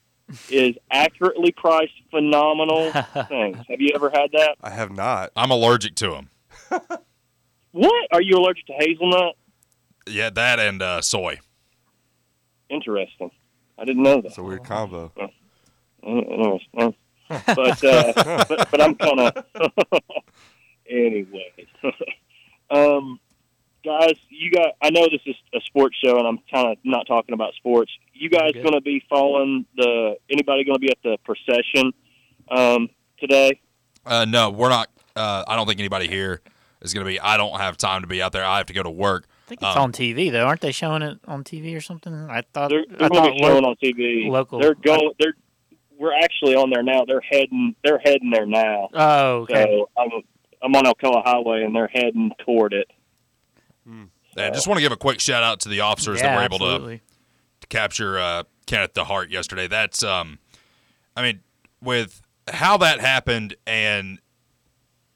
Speaker 6: is accurately priced,
Speaker 3: <laughs>
Speaker 6: phenomenal things. Have you ever had that?
Speaker 2: I have not.
Speaker 1: I'm allergic to them.
Speaker 6: What? Are you allergic to hazelnut?
Speaker 1: Yeah, that and uh, soy.
Speaker 6: Interesting. I didn't know
Speaker 2: It's
Speaker 6: that.
Speaker 2: a weird combo.
Speaker 6: Mm, Interesting. but, uh,
Speaker 3: <laughs>
Speaker 6: but but I'm kind of <laughs> anyway. <laughs> um, guys, you got. I know this is a sports show, and I'm kind of not talking about sports. You guys
Speaker 3: Good.
Speaker 6: going to be following the? Anybody going to be at the procession um, today?
Speaker 1: Uh, no, we're not. Uh, I don't think anybody here is going to be. I don't have time to be out there. I have to go to work.
Speaker 3: I think it's
Speaker 1: Um,
Speaker 3: on TV though. Aren't they showing it on TV or something? I thought
Speaker 6: They're,
Speaker 3: I
Speaker 6: they're going to
Speaker 3: thought
Speaker 6: be showing
Speaker 3: lo-
Speaker 6: on TV.
Speaker 3: local.
Speaker 6: They're going. They're. We're actually on there now. They're heading. They're heading there now.
Speaker 3: Oh, okay.
Speaker 6: So I'm, I'm on Alcoa Highway and they're heading toward it.
Speaker 1: And just want to give a quick shout out to the officers
Speaker 3: yeah,
Speaker 1: that were able to
Speaker 3: absolutely.
Speaker 1: to capture uh, Kenneth DeHart yesterday. That's, um, I mean, with how that happened and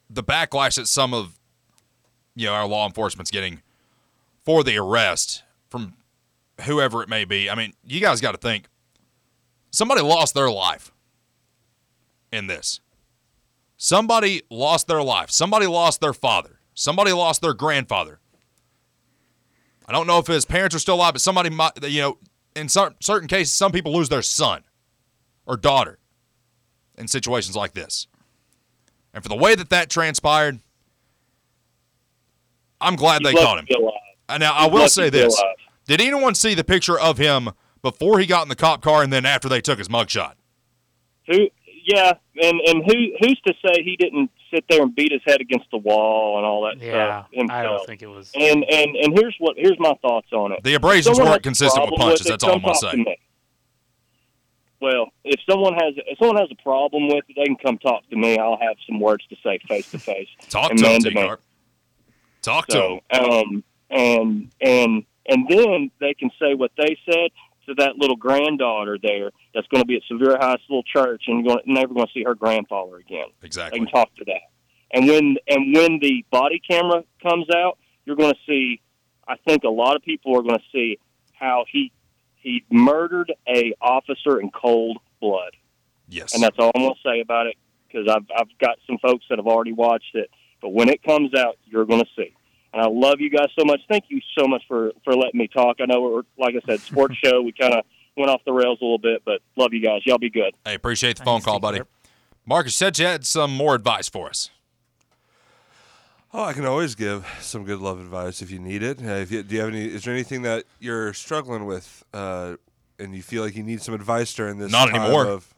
Speaker 1: the backlash that some of you know our law enforcement's getting for the arrest from whoever it may be. I mean, you guys got to think somebody lost their life in this. Somebody lost their life. Somebody lost their father. Somebody lost their grandfather. I don't know if his parents are still alive, but somebody might, you know, in cer- certain cases, some people lose their son or daughter in situations like this. And for the way that that transpired, I'm glad they
Speaker 6: He's lucky
Speaker 1: caught him.
Speaker 6: to be alive.
Speaker 1: And Uh, Now I
Speaker 6: He's
Speaker 1: will
Speaker 6: lucky
Speaker 1: say
Speaker 6: to be
Speaker 1: this:
Speaker 6: alive.
Speaker 1: Did anyone see the picture of him before he got in the cop car and then after they took his mugshot?
Speaker 6: Who? Yeah, and and who? Who's to say he didn't sit there and beat his head against the wall and all that
Speaker 3: Yeah,
Speaker 6: stuff himself?
Speaker 3: I don't think it was.
Speaker 6: And and and here's what here's my thoughts on it.
Speaker 1: The abrasions
Speaker 6: someone
Speaker 1: weren't
Speaker 6: has a
Speaker 1: consistent with
Speaker 6: problem
Speaker 1: punches.
Speaker 6: it,
Speaker 1: that's all I'm
Speaker 6: come
Speaker 1: gonna
Speaker 6: talk to
Speaker 1: say.
Speaker 6: me. Well, if someone has if someone has a problem with it, they can come talk to me. I'll have some words to say face to face.
Speaker 1: Talk
Speaker 6: and
Speaker 1: to him,
Speaker 6: man to man.
Speaker 1: T-Carp. Talk to him.
Speaker 6: So um and and and then they can say what they said. to that little granddaughter there that's going to be at Severe High School Church and going never going to see her grandfather again. I
Speaker 1: Exactly.
Speaker 6: can talk to that. And when and when the body camera comes out, you're going to see. I think a lot of people are going to see how he he murdered a officer in cold blood,
Speaker 1: Yes.
Speaker 6: and that's all I'm going to say about it because I've I've got some folks that have already watched it, but when it comes out, you're going to see. And I love you guys so much. Thank you so much for for letting me talk. I know we're like I said, <laughs> sports show. We kind of went off the rails a little bit, but love you guys. Y'all be good.
Speaker 1: Hey, appreciate the phone
Speaker 3: Thanks,
Speaker 1: call,
Speaker 3: Steve
Speaker 1: buddy.
Speaker 3: Kerr.
Speaker 1: Marcus said you had some more advice for us.
Speaker 2: Oh, I can always give some good love advice if you need it. Uh, if you, do you have any? Is there anything that you're struggling with, uh, and you feel like you need some advice during this?
Speaker 1: Not
Speaker 2: time
Speaker 1: anymore.
Speaker 2: Of,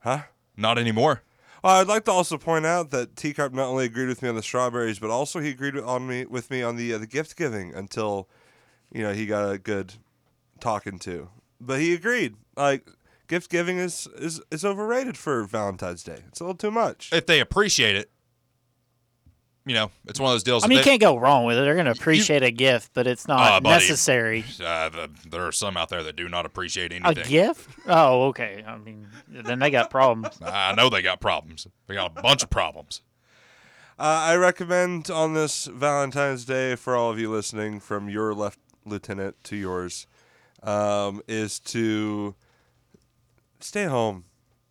Speaker 2: huh?
Speaker 1: Not anymore.
Speaker 2: Well, Uh, I'd like to also point out that Teacup not only agreed with me on the strawberries, but also he agreed with, on me with me on the uh, the gift giving until, you know, he got a good talking to. But he agreed. Like gift giving is is is overrated for Valentine's Day. It's a little too much.
Speaker 1: If they appreciate it, you know, it's one of those deals.
Speaker 3: I mean, you
Speaker 1: if they-
Speaker 3: can't go wrong with it. They're going to appreciate a gift, but it's
Speaker 1: Ah,
Speaker 3: not
Speaker 1: buddy.
Speaker 3: necessary.
Speaker 1: Uh, the, there are some out there that do not appreciate
Speaker 3: A
Speaker 1: anything.
Speaker 3: gift? Oh, okay. I mean, then they got problems. <laughs>
Speaker 1: I know they got problems. They got a bunch of problems.
Speaker 2: Uh, I recommend on this Valentine's Day for all of you listening, from your left lieutenant to yours, um, is to stay home.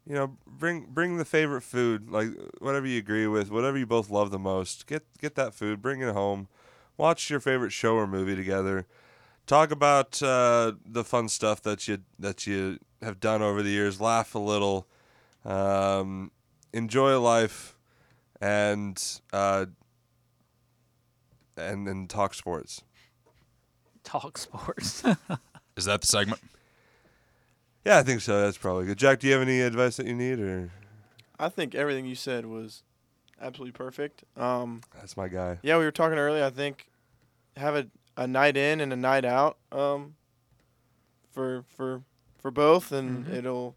Speaker 2: You know, bring bring the favorite food, like whatever you agree with, whatever you both love the most. Get get that food, bring it home, watch your favorite show or movie together. Talk about uh, the fun stuff that you that you have done over the years. Laugh a little, um, enjoy life and uh, and then talk sports.
Speaker 3: Talk sports. <laughs>
Speaker 1: Is that the segment?
Speaker 2: Yeah, I think so. That's probably good. Jack, do you have any advice that you need, or
Speaker 4: I think everything you said was absolutely perfect. Um,
Speaker 2: that's my guy.
Speaker 4: yeah, we were talking earlier. I think have a, a night in and a night out um, for for for both, and
Speaker 3: Mm-hmm.
Speaker 4: it'll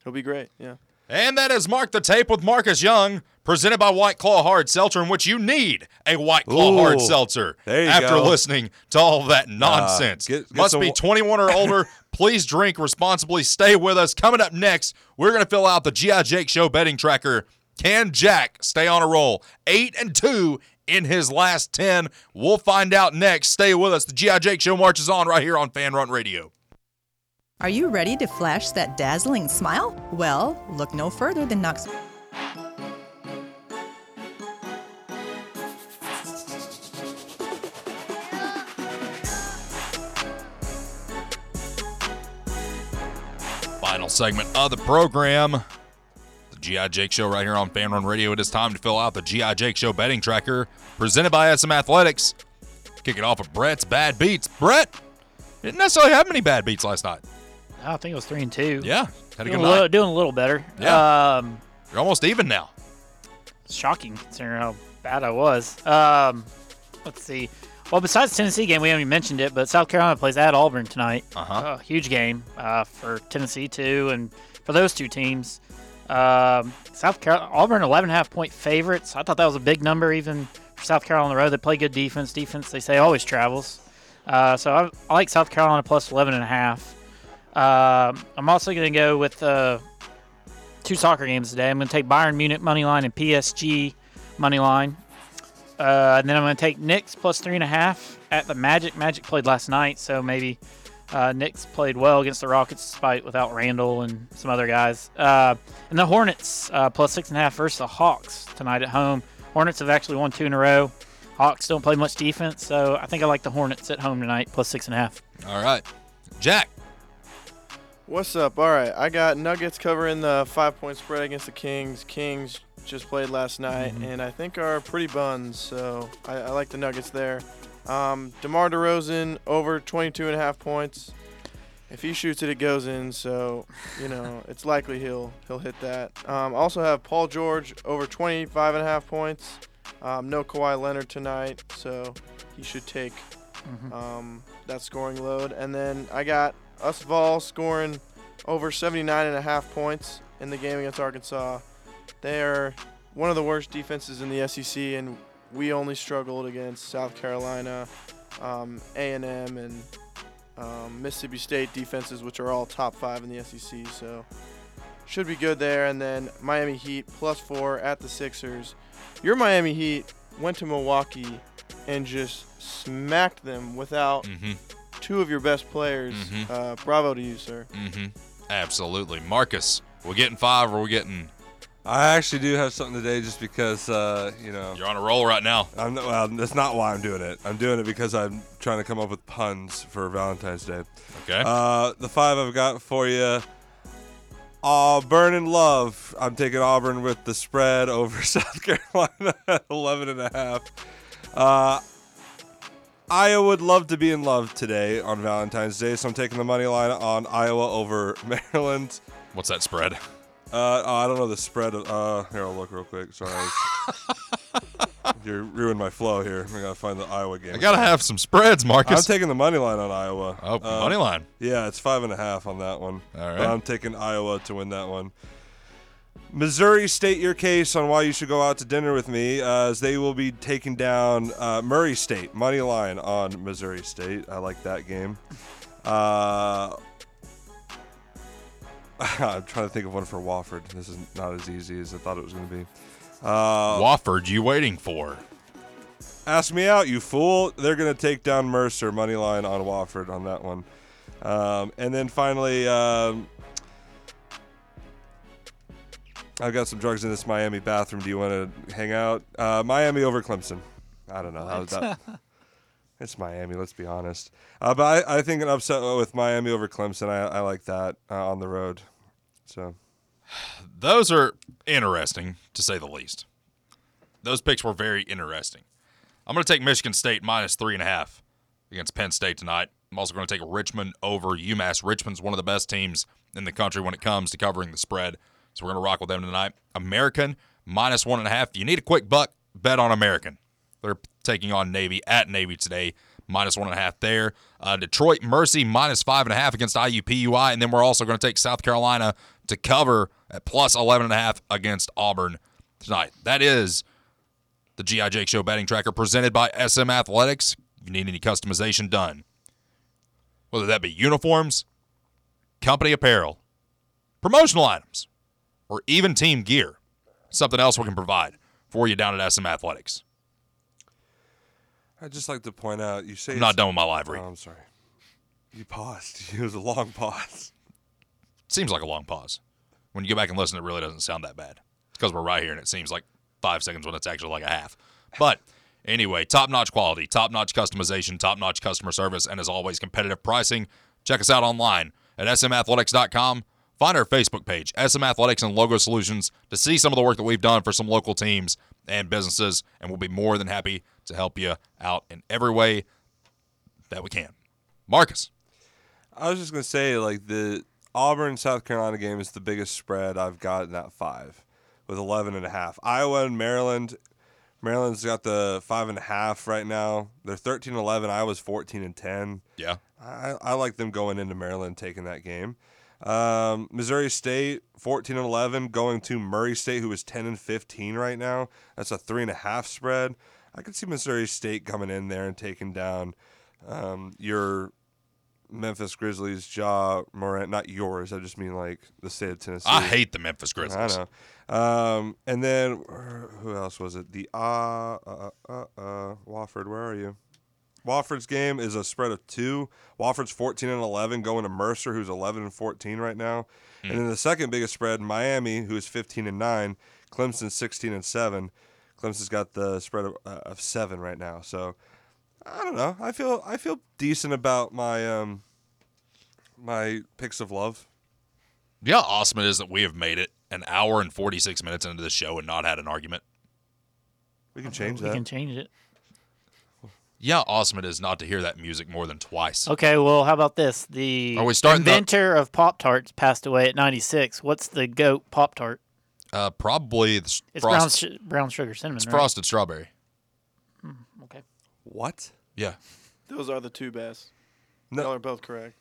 Speaker 4: it'll be great. Yeah.
Speaker 1: And that is Mark the Tape with Marcus Young, presented by White Claw Hard Seltzer, in which you need a White Claw
Speaker 2: Ooh,
Speaker 1: Hard Seltzer
Speaker 2: there you
Speaker 1: after
Speaker 2: go.
Speaker 1: listening to all that nonsense.
Speaker 2: get- get
Speaker 1: Must
Speaker 2: some
Speaker 1: be
Speaker 2: wa-
Speaker 1: 21 or
Speaker 2: <laughs>
Speaker 1: older. Please drink responsibly. Stay with us. Coming up next, we're going to fill out the G.I. Jake Show betting tracker. Can Jack stay on a roll? Eight and two in his last 10. We'll find out next. Stay with us. The G.I. Jake Show marches on right here on Fan Run Radio.
Speaker 8: Are you ready to flash that dazzling smile? Well, look no further than Knox.
Speaker 1: Final segment of the program. The G.I. Jake Show right here on Fan Run Radio. It is time to fill out the G.I. Jake Show betting tracker presented by SM Athletics. Kick it off with Brett's bad beats. Brett didn't necessarily have many bad beats last night.
Speaker 3: I think it was three and two.
Speaker 1: Yeah, had a
Speaker 3: Doing
Speaker 1: good
Speaker 3: a, little,
Speaker 1: night.
Speaker 3: doing a little better.
Speaker 1: Yeah.
Speaker 3: Um,
Speaker 1: You're almost even now.
Speaker 3: shocking considering how bad I was. Um, let's see. Well, besides Tennessee game, we haven't even mentioned it, but South Carolina plays at Auburn tonight.
Speaker 1: Uh-huh.
Speaker 3: Uh, huge game uh, for Tennessee too, and for those two teams. Um, South Carolina, Auburn, 11 half point favorites. I thought that was a big number even for South Carolina on the road. They play good defense. Defense, they say, always travels. Uh, so I, I like South Carolina plus 11 and a half. Um, I'm also going to go with uh, two soccer games today. I'm going to take Bayern Munich money line and PSG money line. Uh, and then I'm going to take Knicks plus three and a half at the Magic. Magic played last night, so maybe uh, Knicks played well against the Rockets despite without Randall and some other guys. Uh, and the Hornets uh, plus six and a half versus the Hawks tonight at home. Hornets have actually won two in a row. Hawks don't play much defense, so I think I like the Hornets at home tonight plus six and a half.
Speaker 1: All right. Jack,
Speaker 4: What's up? All right, I got Nuggets covering the five-point spread against the Kings. Kings just played last night, and I think are pretty buns, so I, I like the Nuggets there. Um, DeMar DeRozan over 22 and a half points. If he shoots it, it goes in. So you know it's likely he'll he'll hit that. Um, also have Paul George over 25 and a half points. Um, no Kawhi Leonard tonight, so he should take um, that scoring load. And then I got us Vol scoring over 79 and a half points in the game against Arkansas. They are one of the worst defenses in the SEC, and we only struggled against South Carolina, um, A&M, and um, Mississippi State defenses, which are all top five in the SEC. So should be good there. And then Miami Heat plus four at the Sixers. Your Miami Heat went to Milwaukee and just smacked them without
Speaker 1: Mm-hmm.
Speaker 4: two of your best players.
Speaker 1: Mhm.
Speaker 4: Uh, bravo to you, sir.
Speaker 1: Mm-hmm. Absolutely. Marcus, we're getting five or we're getting.
Speaker 2: I actually do have something today, just because uh, you know.
Speaker 1: You're on a roll right now.
Speaker 2: I'm not, well, that's not why I'm doing it. I'm doing it because I'm trying to come up with puns for Valentine's Day.
Speaker 1: Okay.
Speaker 2: Uh, the five I've got for you. Auburn and love. I'm taking Auburn with the spread over <laughs> South Carolina at 11 and a half. Uh, Iowa would love to be in love today on Valentine's Day, so I'm taking the money line on Iowa over <laughs> Maryland.
Speaker 1: What's that spread?
Speaker 2: Uh, oh, I don't know the spread. Of, uh, here, I'll look real
Speaker 1: <laughs>
Speaker 2: quick. Sorry. you ruined my flow here. I gotta find the Iowa game.
Speaker 1: I gotta have some spreads,
Speaker 2: I'm
Speaker 1: Marcus.
Speaker 2: taking the money line on Iowa.
Speaker 1: oh,
Speaker 2: Uh,
Speaker 1: money line.
Speaker 2: yeah, it's five and a half on that one.
Speaker 1: All right.
Speaker 2: But I'm taking Iowa to win that one. Missouri, state your case on why you should go out to dinner with me, uh, as they will be taking down uh, Murray State money line on Missouri State. I like that game. Uh, <laughs> I'm trying to think of one for Wofford. This is not as easy as I thought it was going to be. Uh,
Speaker 1: Wofford, you waiting for?
Speaker 2: Ask me out, you fool. They're going to take down Mercer, money line on Wofford on that one. Um, and then finally, um, I've got some drugs in this Miami bathroom. Do you want to hang out? Uh, Miami over Clemson. I don't know. How's that?
Speaker 1: <laughs>
Speaker 2: it's Miami, let's be honest. Uh, but I, I think an upset with Miami over Clemson, I, I like that uh, on the road. So,
Speaker 1: Those are interesting, to say the least. Those picks were very interesting. I'm gonna take Michigan State minus three and a half against Penn State tonight. I'm also gonna take Richmond over UMass. Richmond's one of the best teams in the country when it comes to covering the spread. So we're gonna rock with them tonight. American minus one and a half. You need a quick buck, bet on American. They're taking on Navy at Navy today. Minus one and a half there. Uh, Detroit Mercy minus five and a half against IUPUI. And then we're also going to take South Carolina to cover at plus 11 and a half against Auburn tonight. That is the G.I. Jake Show betting tracker presented by SM Athletics. If you need any customization done, whether that be uniforms, company apparel, promotional items, or even team gear, something else we can provide for you down at SM Athletics.
Speaker 2: I'd just like to point out you say
Speaker 1: I'm
Speaker 2: it's-
Speaker 1: not done with my live
Speaker 2: Oh,
Speaker 1: read.
Speaker 2: I'm sorry. You paused. <laughs> It was a long pause.
Speaker 1: seems like a long pause. When you go back and listen, it really doesn't sound that bad because we're right here and it seems like five seconds when it's actually like a half. But anyway, top notch quality, top notch customization, top notch customer service, and as always, competitive pricing. Check us out online at smathletics.com. Find our Facebook page, SM Athletics and Logo Solutions, to see some of the work that we've done for some local teams and businesses, and we'll be more than happy to help you out in every way that we can. Marcus,
Speaker 2: I was just gonna say like the Auburn South Carolina game is the biggest spread I've gotten at five, with 11 and a half. Iowa and Maryland, Maryland's got the five and a half right now. They're 13 and 11. Iowa's 14 and 10.
Speaker 1: yeah,
Speaker 2: I, I like them going into Maryland taking that game. Um, Missouri State 14 and 11 going to Murray State, who is 10 and 15 right now. That's a three and a half spread. I could see Missouri State coming in there and taking down um, your Memphis Grizzlies, Jaw Morant. Not yours. I just mean like the state of Tennessee.
Speaker 1: I hate the Memphis Grizzlies.
Speaker 2: I know. Um, and then uh, who else was it? The uh, uh, uh, uh, Wofford. Where are you? Wofford's game is a spread of two. Wofford's 14 and 11 going to Mercer, who's 11 and 14 right now.
Speaker 3: Hmm.
Speaker 2: And then the second biggest spread, Miami, who is 15 and 9. Clemson 16 and 7. Clemson's got the spread of, uh, of seven right now. So I don't know. I feel I feel decent about my um my picks of love.
Speaker 1: Yeah, how awesome it is that we have made it an hour and 46 minutes into the show and not had an argument?
Speaker 2: We can change
Speaker 3: we
Speaker 2: that.
Speaker 3: can change it.
Speaker 1: Yeah, how awesome it is not to hear that music more than twice.
Speaker 3: Okay, well, how about this? The
Speaker 1: Are we starting the-
Speaker 3: inventor of Pop Tarts passed away at 96. What's the goat Pop Tart?
Speaker 1: Uh, probably the s-
Speaker 3: It's brown,
Speaker 1: frost-
Speaker 3: sh- brown sugar cinnamon.
Speaker 1: it's
Speaker 3: right?
Speaker 1: frosted strawberry.
Speaker 3: Okay.
Speaker 2: What?
Speaker 1: Yeah.
Speaker 4: Those are the two best.
Speaker 2: No.
Speaker 4: Y'all are both correct.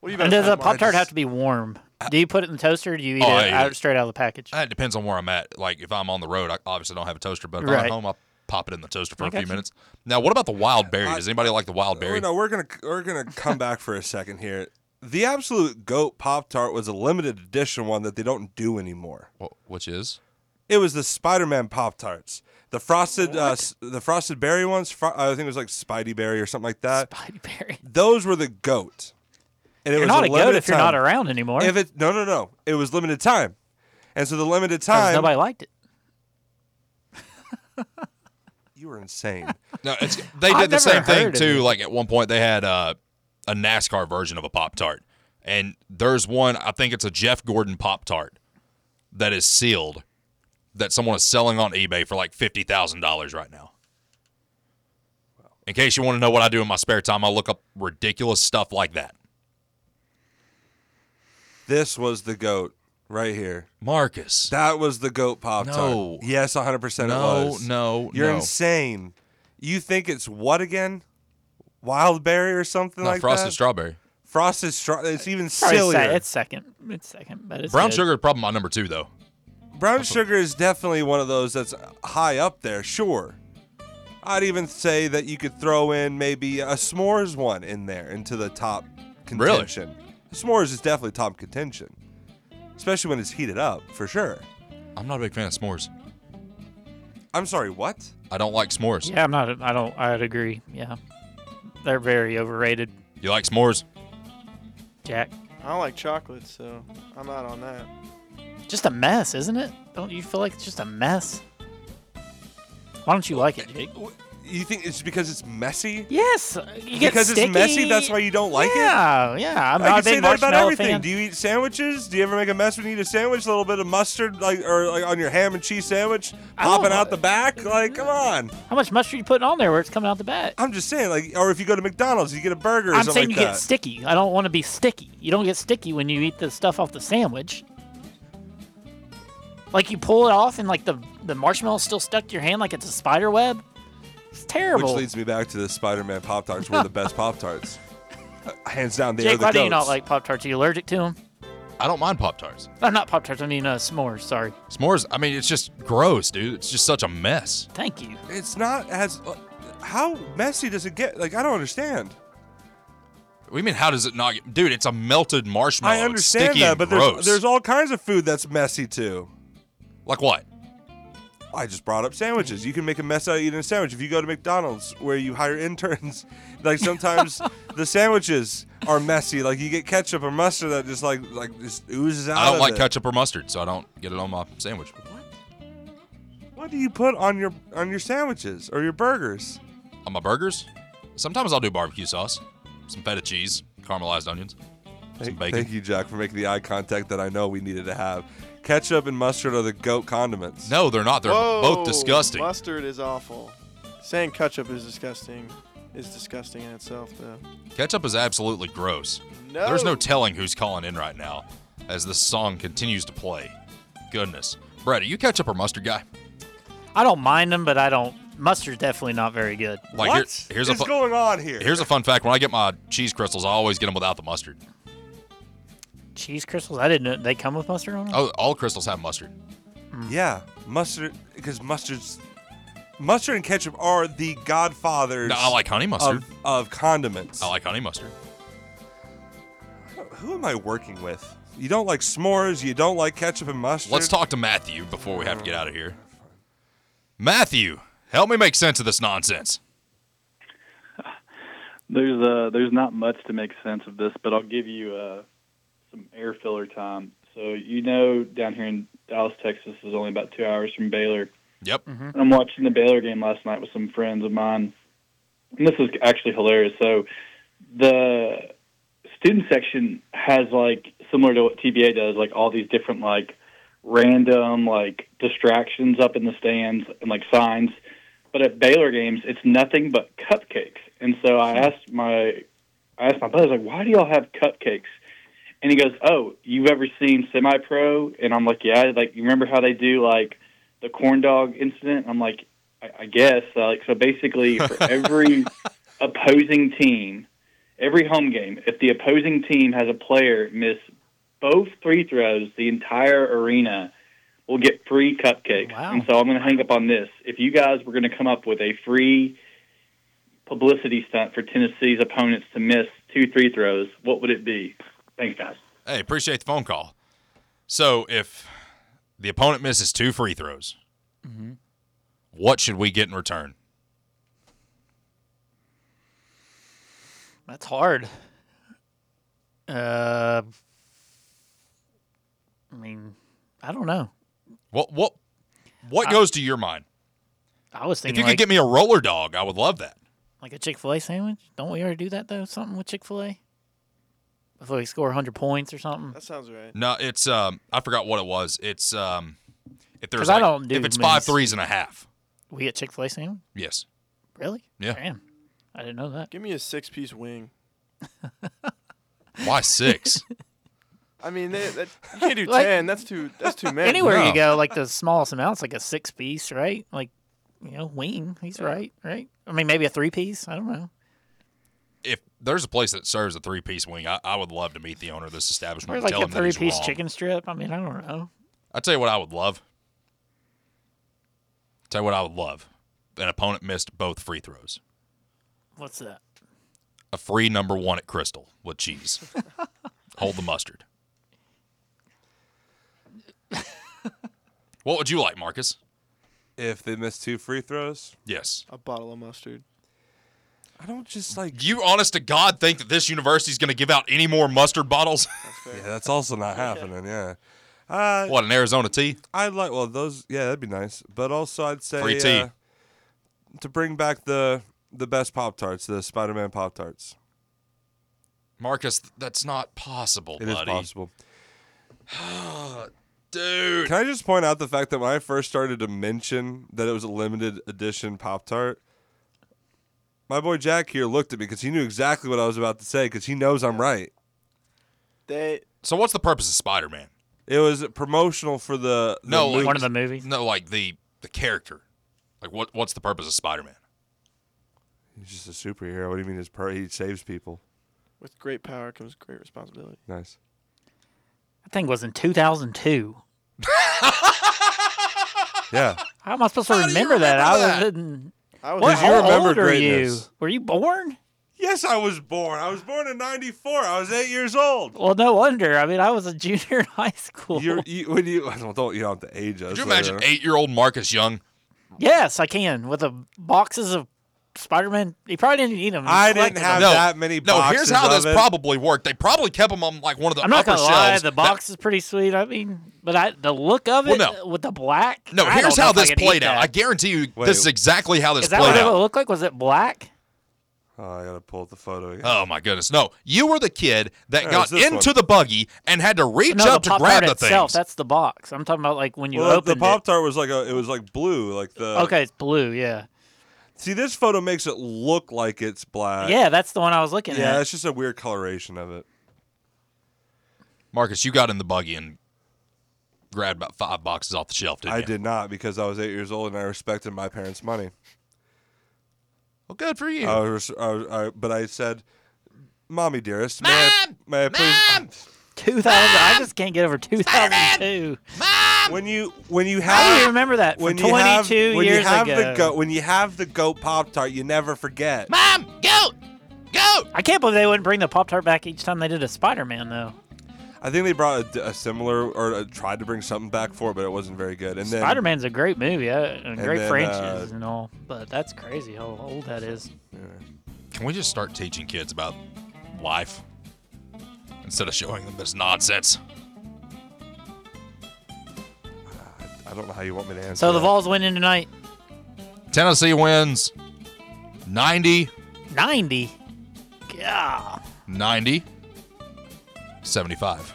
Speaker 4: What do you
Speaker 3: And
Speaker 4: about
Speaker 3: does a
Speaker 4: that, Mark?
Speaker 3: Pop Tart have to be warm? Do you put it in the toaster or do you eat
Speaker 1: Oh, I
Speaker 3: it
Speaker 1: eat
Speaker 3: out,
Speaker 1: it.
Speaker 3: straight out of the package?
Speaker 1: That depends on where I'm at. Like, if I'm on the road, I obviously don't have a toaster, but if I'm
Speaker 3: Right.
Speaker 1: at home, I pop it in the toaster for a few minutes. Now, what about the wild berry? Does anybody like the wild berry?
Speaker 2: No, we're gonna we're gonna come back for a second here. The absolute goat pop tart was a limited edition one that they don't do anymore.
Speaker 1: Wh- Which is?
Speaker 2: It was the Spider Man pop tarts, the frosted uh, s- the frosted berry ones. Fro- I think it was like Spidey berry or something like that.
Speaker 3: Spidey Berry.
Speaker 2: Those were the goat. And it
Speaker 3: You're not a goat
Speaker 2: limited
Speaker 3: if you're not
Speaker 2: time.
Speaker 3: around anymore.
Speaker 2: If it no no no, it was limited time, and so the limited
Speaker 3: 'cause
Speaker 2: time.
Speaker 3: nobody liked it.
Speaker 2: you were insane.
Speaker 1: No, it's they
Speaker 3: I've
Speaker 1: did the same
Speaker 3: never
Speaker 1: thing
Speaker 3: heard of
Speaker 1: too.
Speaker 3: it.
Speaker 1: Like at one point they had uh, a NASCAR version of a Pop Tart, and there's one I think it's a Jeff Gordon Pop Tart that is sealed that someone is selling on eBay for like fifty thousand dollars right now. In case you want to know what I do in my spare time, I look up ridiculous stuff like that.
Speaker 2: this was the goat right here.
Speaker 1: Marcus,
Speaker 2: That was the goat pop tart.
Speaker 1: No.
Speaker 2: Yes, 100% it
Speaker 1: No,
Speaker 2: was.
Speaker 1: no,
Speaker 2: You're
Speaker 1: no.
Speaker 2: insane. You think it's what again? Wild berry or something
Speaker 1: not
Speaker 2: like
Speaker 1: frosted
Speaker 2: that?
Speaker 1: strawberry.
Speaker 2: Frosted straw. It's even
Speaker 3: Probably se-
Speaker 2: sillier.
Speaker 3: it's second. It's second, but it's
Speaker 1: Brown
Speaker 3: good.
Speaker 1: sugar is probably my number two though. Uh-huh.
Speaker 2: Brown sugar is definitely one of those that's high up there, sure. I'd even say that you could throw in maybe a s'mores one in there into the top
Speaker 1: Really?
Speaker 2: contention. S'mores is definitely top contention, especially when it's heated up, for sure.
Speaker 1: I'm not a big fan of s'mores.
Speaker 2: I'm sorry, what?
Speaker 1: I don't like s'mores.
Speaker 3: Yeah, I'm not. I don't. I'd agree. Yeah, they're very overrated.
Speaker 1: You like s'mores?
Speaker 3: Jack,
Speaker 4: I don't like chocolate, so I'm out on that.
Speaker 3: just a mess, isn't it? Don't you feel like it's just a mess? Why don't you like it, Jake?
Speaker 2: You think it's because it's messy?
Speaker 3: Yes, uh, you get
Speaker 2: because it's messy,
Speaker 3: sticky.
Speaker 2: that's why you don't like it?
Speaker 3: yeah, yeah. I'm
Speaker 2: I
Speaker 3: not
Speaker 2: can
Speaker 3: a big
Speaker 2: say that about
Speaker 3: marshmallow
Speaker 2: everything.
Speaker 3: fan.
Speaker 2: Do you eat sandwiches? Do you ever make a mess when you eat a sandwich? A little bit of mustard, like or like on your ham and cheese sandwich,
Speaker 3: I don't
Speaker 2: popping out
Speaker 3: like-
Speaker 2: the back. Like, come on!
Speaker 3: How much mustard you putting on there where it's coming out the back?
Speaker 2: I'm just saying, like, or if you go to McDonald's, you get a burger or
Speaker 3: I'm
Speaker 2: something
Speaker 3: saying
Speaker 2: like
Speaker 3: you
Speaker 2: that.
Speaker 3: get sticky. I don't want to be sticky. You don't get sticky when you eat the stuff off the sandwich. Like you pull it off and like the the marshmallow's still stuck to your hand like it's a spider web. It's
Speaker 2: Which
Speaker 3: terrible.
Speaker 2: leads me back to the Spider-Man Pop Tarts were
Speaker 3: <laughs>
Speaker 2: the best Pop Tarts, hands down. They are
Speaker 3: Jake,
Speaker 2: the
Speaker 3: why do you not
Speaker 2: goats.
Speaker 3: like Pop Tarts? Are you allergic to them?
Speaker 1: I don't mind Pop Tarts.
Speaker 3: Oh, not Pop Tarts. I mean uh, s'mores. Sorry.
Speaker 1: S'mores, I mean, it's just gross, dude. It's just such a mess.
Speaker 3: Thank you.
Speaker 2: It's not as uh, how messy does it get? Like, I don't understand.
Speaker 1: We mean, how does it not get, dude? It's a melted marshmallow.
Speaker 2: I
Speaker 1: It's
Speaker 2: understand
Speaker 1: sticky
Speaker 2: that,
Speaker 1: and
Speaker 2: but
Speaker 1: gross.
Speaker 2: there's there's all kinds of food that's messy too.
Speaker 1: like what?
Speaker 2: I just brought up sandwiches. You can make a mess out of eating a sandwich. If you go to McDonald's where you hire interns, <laughs> like sometimes the sandwiches are messy. Like you get ketchup or mustard that just like like just oozes out.
Speaker 1: I don't
Speaker 2: of
Speaker 1: like
Speaker 2: it.
Speaker 1: ketchup or mustard, so I don't get it on my sandwich.
Speaker 2: What do you put on your on your sandwiches or your burgers?
Speaker 1: On my burgers, sometimes I'll do barbecue sauce, some feta cheese, caramelized onions, some
Speaker 2: Thank,
Speaker 1: bacon.
Speaker 2: thank you, Jack, for making the eye contact that I know we needed to have. Ketchup and mustard are the goat condiments.
Speaker 1: No, they're not. They're
Speaker 4: Whoa,
Speaker 1: both disgusting.
Speaker 4: Mustard is awful. Saying ketchup is disgusting is disgusting in itself, though.
Speaker 1: Ketchup is absolutely gross.
Speaker 4: No.
Speaker 1: There's no telling who's calling in right now as this song continues to play. Goodness, Brett, are you ketchup or mustard guy?
Speaker 3: I don't mind them, but I don't. Mustard's definitely not very good.
Speaker 1: Like
Speaker 2: what
Speaker 1: here- here's a
Speaker 2: is
Speaker 1: fu-
Speaker 2: going on here?
Speaker 1: here's a fun fact. When I get my cheese crystals, I always get them without the mustard.
Speaker 3: Cheese crystals. I didn't know they come with mustard on them.
Speaker 1: Oh, all crystals have mustard.
Speaker 2: Mm, yeah, mustard because mustard's mustard and ketchup are the godfathers.
Speaker 1: No, I like honey mustard.
Speaker 2: of, of condiments.
Speaker 1: I like honey mustard.
Speaker 2: Who am I working with? You don't like s'mores. You don't like ketchup and mustard.
Speaker 1: Let's talk to Matthew before we have to get out of here. Matthew, help me make sense of this nonsense.
Speaker 6: There's uh, there's not much to make sense of this, but I'll give you uh, some air filler time. So you know, down here in Dallas, Texas, is only about two hours from Baylor.
Speaker 1: Yep.
Speaker 6: And I'm watching the Baylor game last night with some friends of mine, and this is actually hilarious. So the student section has like similar to what TBA does, like all these different like random like distractions up in the stands and like signs. But at Baylor games, it's nothing but cupcakes. And so I asked my I asked my buddy, I was like, why do y'all have cupcakes? And he goes, oh, you've ever seen semi pro? And I'm like, yeah. Like, you remember how they do like the corn dog incident? I'm like, I, I guess. Uh, like, so basically, for every opposing team, every home game, if the opposing team has a player miss both free throws, the entire arena
Speaker 9: will get free cupcakes.
Speaker 3: Wow.
Speaker 9: And so I'm going to hang up on this. If you guys were going to come up with a free publicity stunt for Tennessee's opponents to miss two free throws, what would it be? Thanks, guys.
Speaker 1: Hey, appreciate the phone call. So if the opponent misses two free throws, what should we get in return?
Speaker 3: That's hard. Uh, I mean, I don't know.
Speaker 1: What what what goes to your mind?
Speaker 3: I was
Speaker 1: If
Speaker 3: thinking
Speaker 1: you could
Speaker 3: like,
Speaker 1: get me a roller dog, I would love that.
Speaker 3: like a Chick Fil A sandwich. Don't we already do that though? Something with Chick Fil A. If we score hundred points or something.
Speaker 4: That sounds right.
Speaker 1: No, it's um I forgot what it was. It's um if there's
Speaker 3: 'Cause I
Speaker 1: like,
Speaker 3: don't do
Speaker 1: if it's
Speaker 3: men's.
Speaker 1: five threes and a half.
Speaker 3: We get Chick Fil A sandwich.
Speaker 1: Yes.
Speaker 3: Really?
Speaker 1: Yeah.
Speaker 3: Damn. I didn't know that.
Speaker 4: Give me a six-piece wing.
Speaker 1: Why
Speaker 3: <laughs>
Speaker 1: six?
Speaker 4: I mean, they, that, you can't do
Speaker 3: Like-
Speaker 4: ten. That's too. That's too many.
Speaker 3: Anywhere
Speaker 1: No.
Speaker 3: you go, like the smallest amount's like a six piece, right? Like, you know, wing. He's right, right? I mean, maybe a three piece. I don't know.
Speaker 1: if there's a place that serves a three piece wing, I, I would love to meet the owner of this establishment.
Speaker 3: Or
Speaker 1: and
Speaker 3: like
Speaker 1: tell
Speaker 3: a
Speaker 1: him that he's
Speaker 3: three-piece
Speaker 1: wrong.
Speaker 3: chicken strip. I mean, I don't know.
Speaker 1: I tell you what, I would love. Tell you what, I would love. An opponent missed both free throws.
Speaker 3: What's that?
Speaker 1: A free number one at Crystal with cheese.
Speaker 3: <laughs>
Speaker 1: Hold the mustard. what would you like, Marcus?
Speaker 2: If they miss two free throws,
Speaker 1: Yes.
Speaker 4: A bottle of mustard.
Speaker 2: I don't just like.
Speaker 1: You, honest to God, think that this university's going to give out any more mustard bottles? <laughs>
Speaker 2: Yeah, that's also not happening. Yeah. Uh,
Speaker 1: what, an Arizona tea?
Speaker 2: I like well those yeah that'd be nice, but also I'd say
Speaker 1: Free tea.
Speaker 2: uh, to bring back the the best pop tarts, the Spider Man pop tarts.
Speaker 1: Marcus, that's not possible,
Speaker 2: It is
Speaker 1: buddy.
Speaker 2: possible.
Speaker 1: Dude.
Speaker 2: Can I just point out the fact that when I first started to mention that it was a limited edition pop tart, my boy Jack here looked at me because he knew exactly what I was about to say because he knows I'm right.
Speaker 4: They.
Speaker 1: So, what's the purpose of Spider Man?
Speaker 2: It was promotional for the, the
Speaker 1: No,
Speaker 2: Luke-
Speaker 1: like-
Speaker 3: One of the movies.
Speaker 1: No, like the the character. Like what what's the purpose of Spider Man?
Speaker 2: he's just a superhero. What do you mean? His per- he saves people.
Speaker 4: With great power comes great responsibility.
Speaker 2: Nice.
Speaker 3: That thing was in 2002.
Speaker 2: Yeah.
Speaker 3: How am I supposed to
Speaker 1: How do you
Speaker 3: remember, that?
Speaker 1: remember
Speaker 3: I
Speaker 1: that?
Speaker 3: was in.
Speaker 4: I
Speaker 1: Oh,
Speaker 4: was.
Speaker 3: What,
Speaker 2: you
Speaker 3: how
Speaker 2: remember
Speaker 3: old are you?
Speaker 2: greatness.
Speaker 3: Were you born?
Speaker 2: <laughs> Yes, I was born. I was born in '94. I was eight years old.
Speaker 3: Well, no wonder. I mean, I was a junior <laughs> in high school.
Speaker 2: You're, you when you I don't, don't you don't have to age us.
Speaker 1: Could you
Speaker 2: later.
Speaker 1: imagine eight year old Marcus Young?
Speaker 3: yes, I can. With the boxes of Spider-Man, he probably didn't eat them.
Speaker 2: I didn't have
Speaker 1: No,
Speaker 2: that many.
Speaker 1: No,
Speaker 2: boxes
Speaker 1: here's how
Speaker 2: of
Speaker 1: this
Speaker 2: it.
Speaker 1: probably worked. They probably kept him on like one of the
Speaker 3: I'm not
Speaker 1: upper
Speaker 3: gonna lie.
Speaker 1: shelves.
Speaker 3: The
Speaker 1: That-
Speaker 3: box is pretty sweet. I mean, but I the look of
Speaker 1: Well,
Speaker 3: it
Speaker 1: no.
Speaker 3: with the black.
Speaker 1: no,
Speaker 3: I
Speaker 1: here's
Speaker 3: don't know
Speaker 1: how
Speaker 3: if I
Speaker 1: this
Speaker 3: could eat
Speaker 1: played out. I
Speaker 3: that.
Speaker 1: guarantee you
Speaker 2: Wait.
Speaker 1: this is exactly how this
Speaker 3: Is that
Speaker 1: played
Speaker 3: what it
Speaker 1: out.
Speaker 3: looked like? Was it black?
Speaker 2: Oh, I gotta pull up the photo again.
Speaker 1: Oh my goodness. No. You were the kid that
Speaker 2: Yeah,
Speaker 1: got
Speaker 2: it's this
Speaker 1: into the buggy and had to reach
Speaker 3: No,
Speaker 1: up
Speaker 3: the
Speaker 1: to
Speaker 3: pop
Speaker 1: grab
Speaker 3: tart
Speaker 1: the
Speaker 3: itself.
Speaker 1: things.
Speaker 3: That's the box. I'm talking about like when you
Speaker 2: well, the
Speaker 3: opened
Speaker 2: pop
Speaker 3: it.
Speaker 2: tart was like a. It was like blue, like the.
Speaker 3: Okay, it's blue. Yeah,
Speaker 2: See, this photo makes it look like it's black.
Speaker 3: yeah, that's the one I was looking
Speaker 2: Yeah,
Speaker 3: at.
Speaker 2: it's just a weird coloration of it.
Speaker 1: Marcus, you got in the buggy and grabbed about five boxes off the shelf, didn't
Speaker 2: I
Speaker 1: you?
Speaker 2: did not because I was eight years old and I respected my parents' money.
Speaker 1: Well, good for
Speaker 3: <laughs>
Speaker 1: you.
Speaker 2: I was, I was- I- but I said, "Mommy dearest, may I-
Speaker 1: Mom!
Speaker 2: may I please?"
Speaker 1: Mom!
Speaker 3: 2000. I just can't get over 2002.
Speaker 2: When you when you
Speaker 3: How do you
Speaker 2: have
Speaker 3: remember that? For
Speaker 2: when
Speaker 3: 22
Speaker 2: you have when
Speaker 3: years
Speaker 2: you have
Speaker 3: ago.
Speaker 2: the goat when you have the goat pop tart, you never forget.
Speaker 1: Mom, goat! Goat!
Speaker 3: I can't believe they wouldn't bring the Pop Tart back each time they did a Spider Man, though.
Speaker 2: I think they brought a d- a, similar or uh tried to bring something back for it, but it wasn't very good. And then
Speaker 3: Spider Man's a great movie, uh, and great
Speaker 2: then,
Speaker 3: franchise
Speaker 2: uh,
Speaker 3: and all, but that's crazy how old that is.
Speaker 1: Can we just start teaching kids about life instead of showing them this nonsense?
Speaker 2: I don't know how you want me to answer.
Speaker 3: So the
Speaker 2: that.
Speaker 3: Vols winning tonight
Speaker 1: Tennessee wins 90
Speaker 3: 90. Yeah.
Speaker 1: 90 75.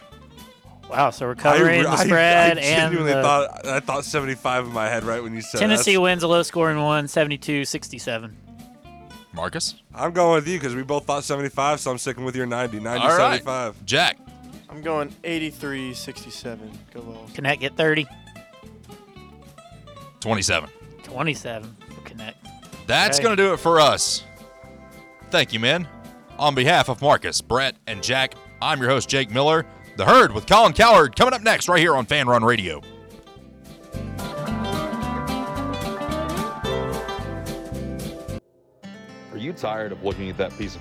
Speaker 3: Wow, so we're
Speaker 2: I,
Speaker 3: covering
Speaker 2: re-
Speaker 3: the
Speaker 2: I-
Speaker 3: spread
Speaker 2: <laughs> I,
Speaker 3: and
Speaker 2: genuinely
Speaker 3: the
Speaker 2: thought I thought 75 in my head right when you said
Speaker 3: Tennessee
Speaker 2: That's-
Speaker 3: wins a low scoring one, 72 67.
Speaker 1: Marcus?
Speaker 2: I'm going with you because we both thought 75, so I'm sticking with your 90, 90,
Speaker 1: All right.
Speaker 2: 75.
Speaker 1: Jack,
Speaker 4: I'm going 83-67. Go Vols.
Speaker 3: Connect get 30,
Speaker 1: 27.
Speaker 3: 27. Connect.
Speaker 1: That's
Speaker 3: Hey.
Speaker 1: going to do it for us. Thank you, men. On behalf of Marcus, Brett, and Jack, I'm your host, Jake Miller. The Herd with Colin Cowherd coming up next right here on Fan Run Radio. you tired of looking at that piece of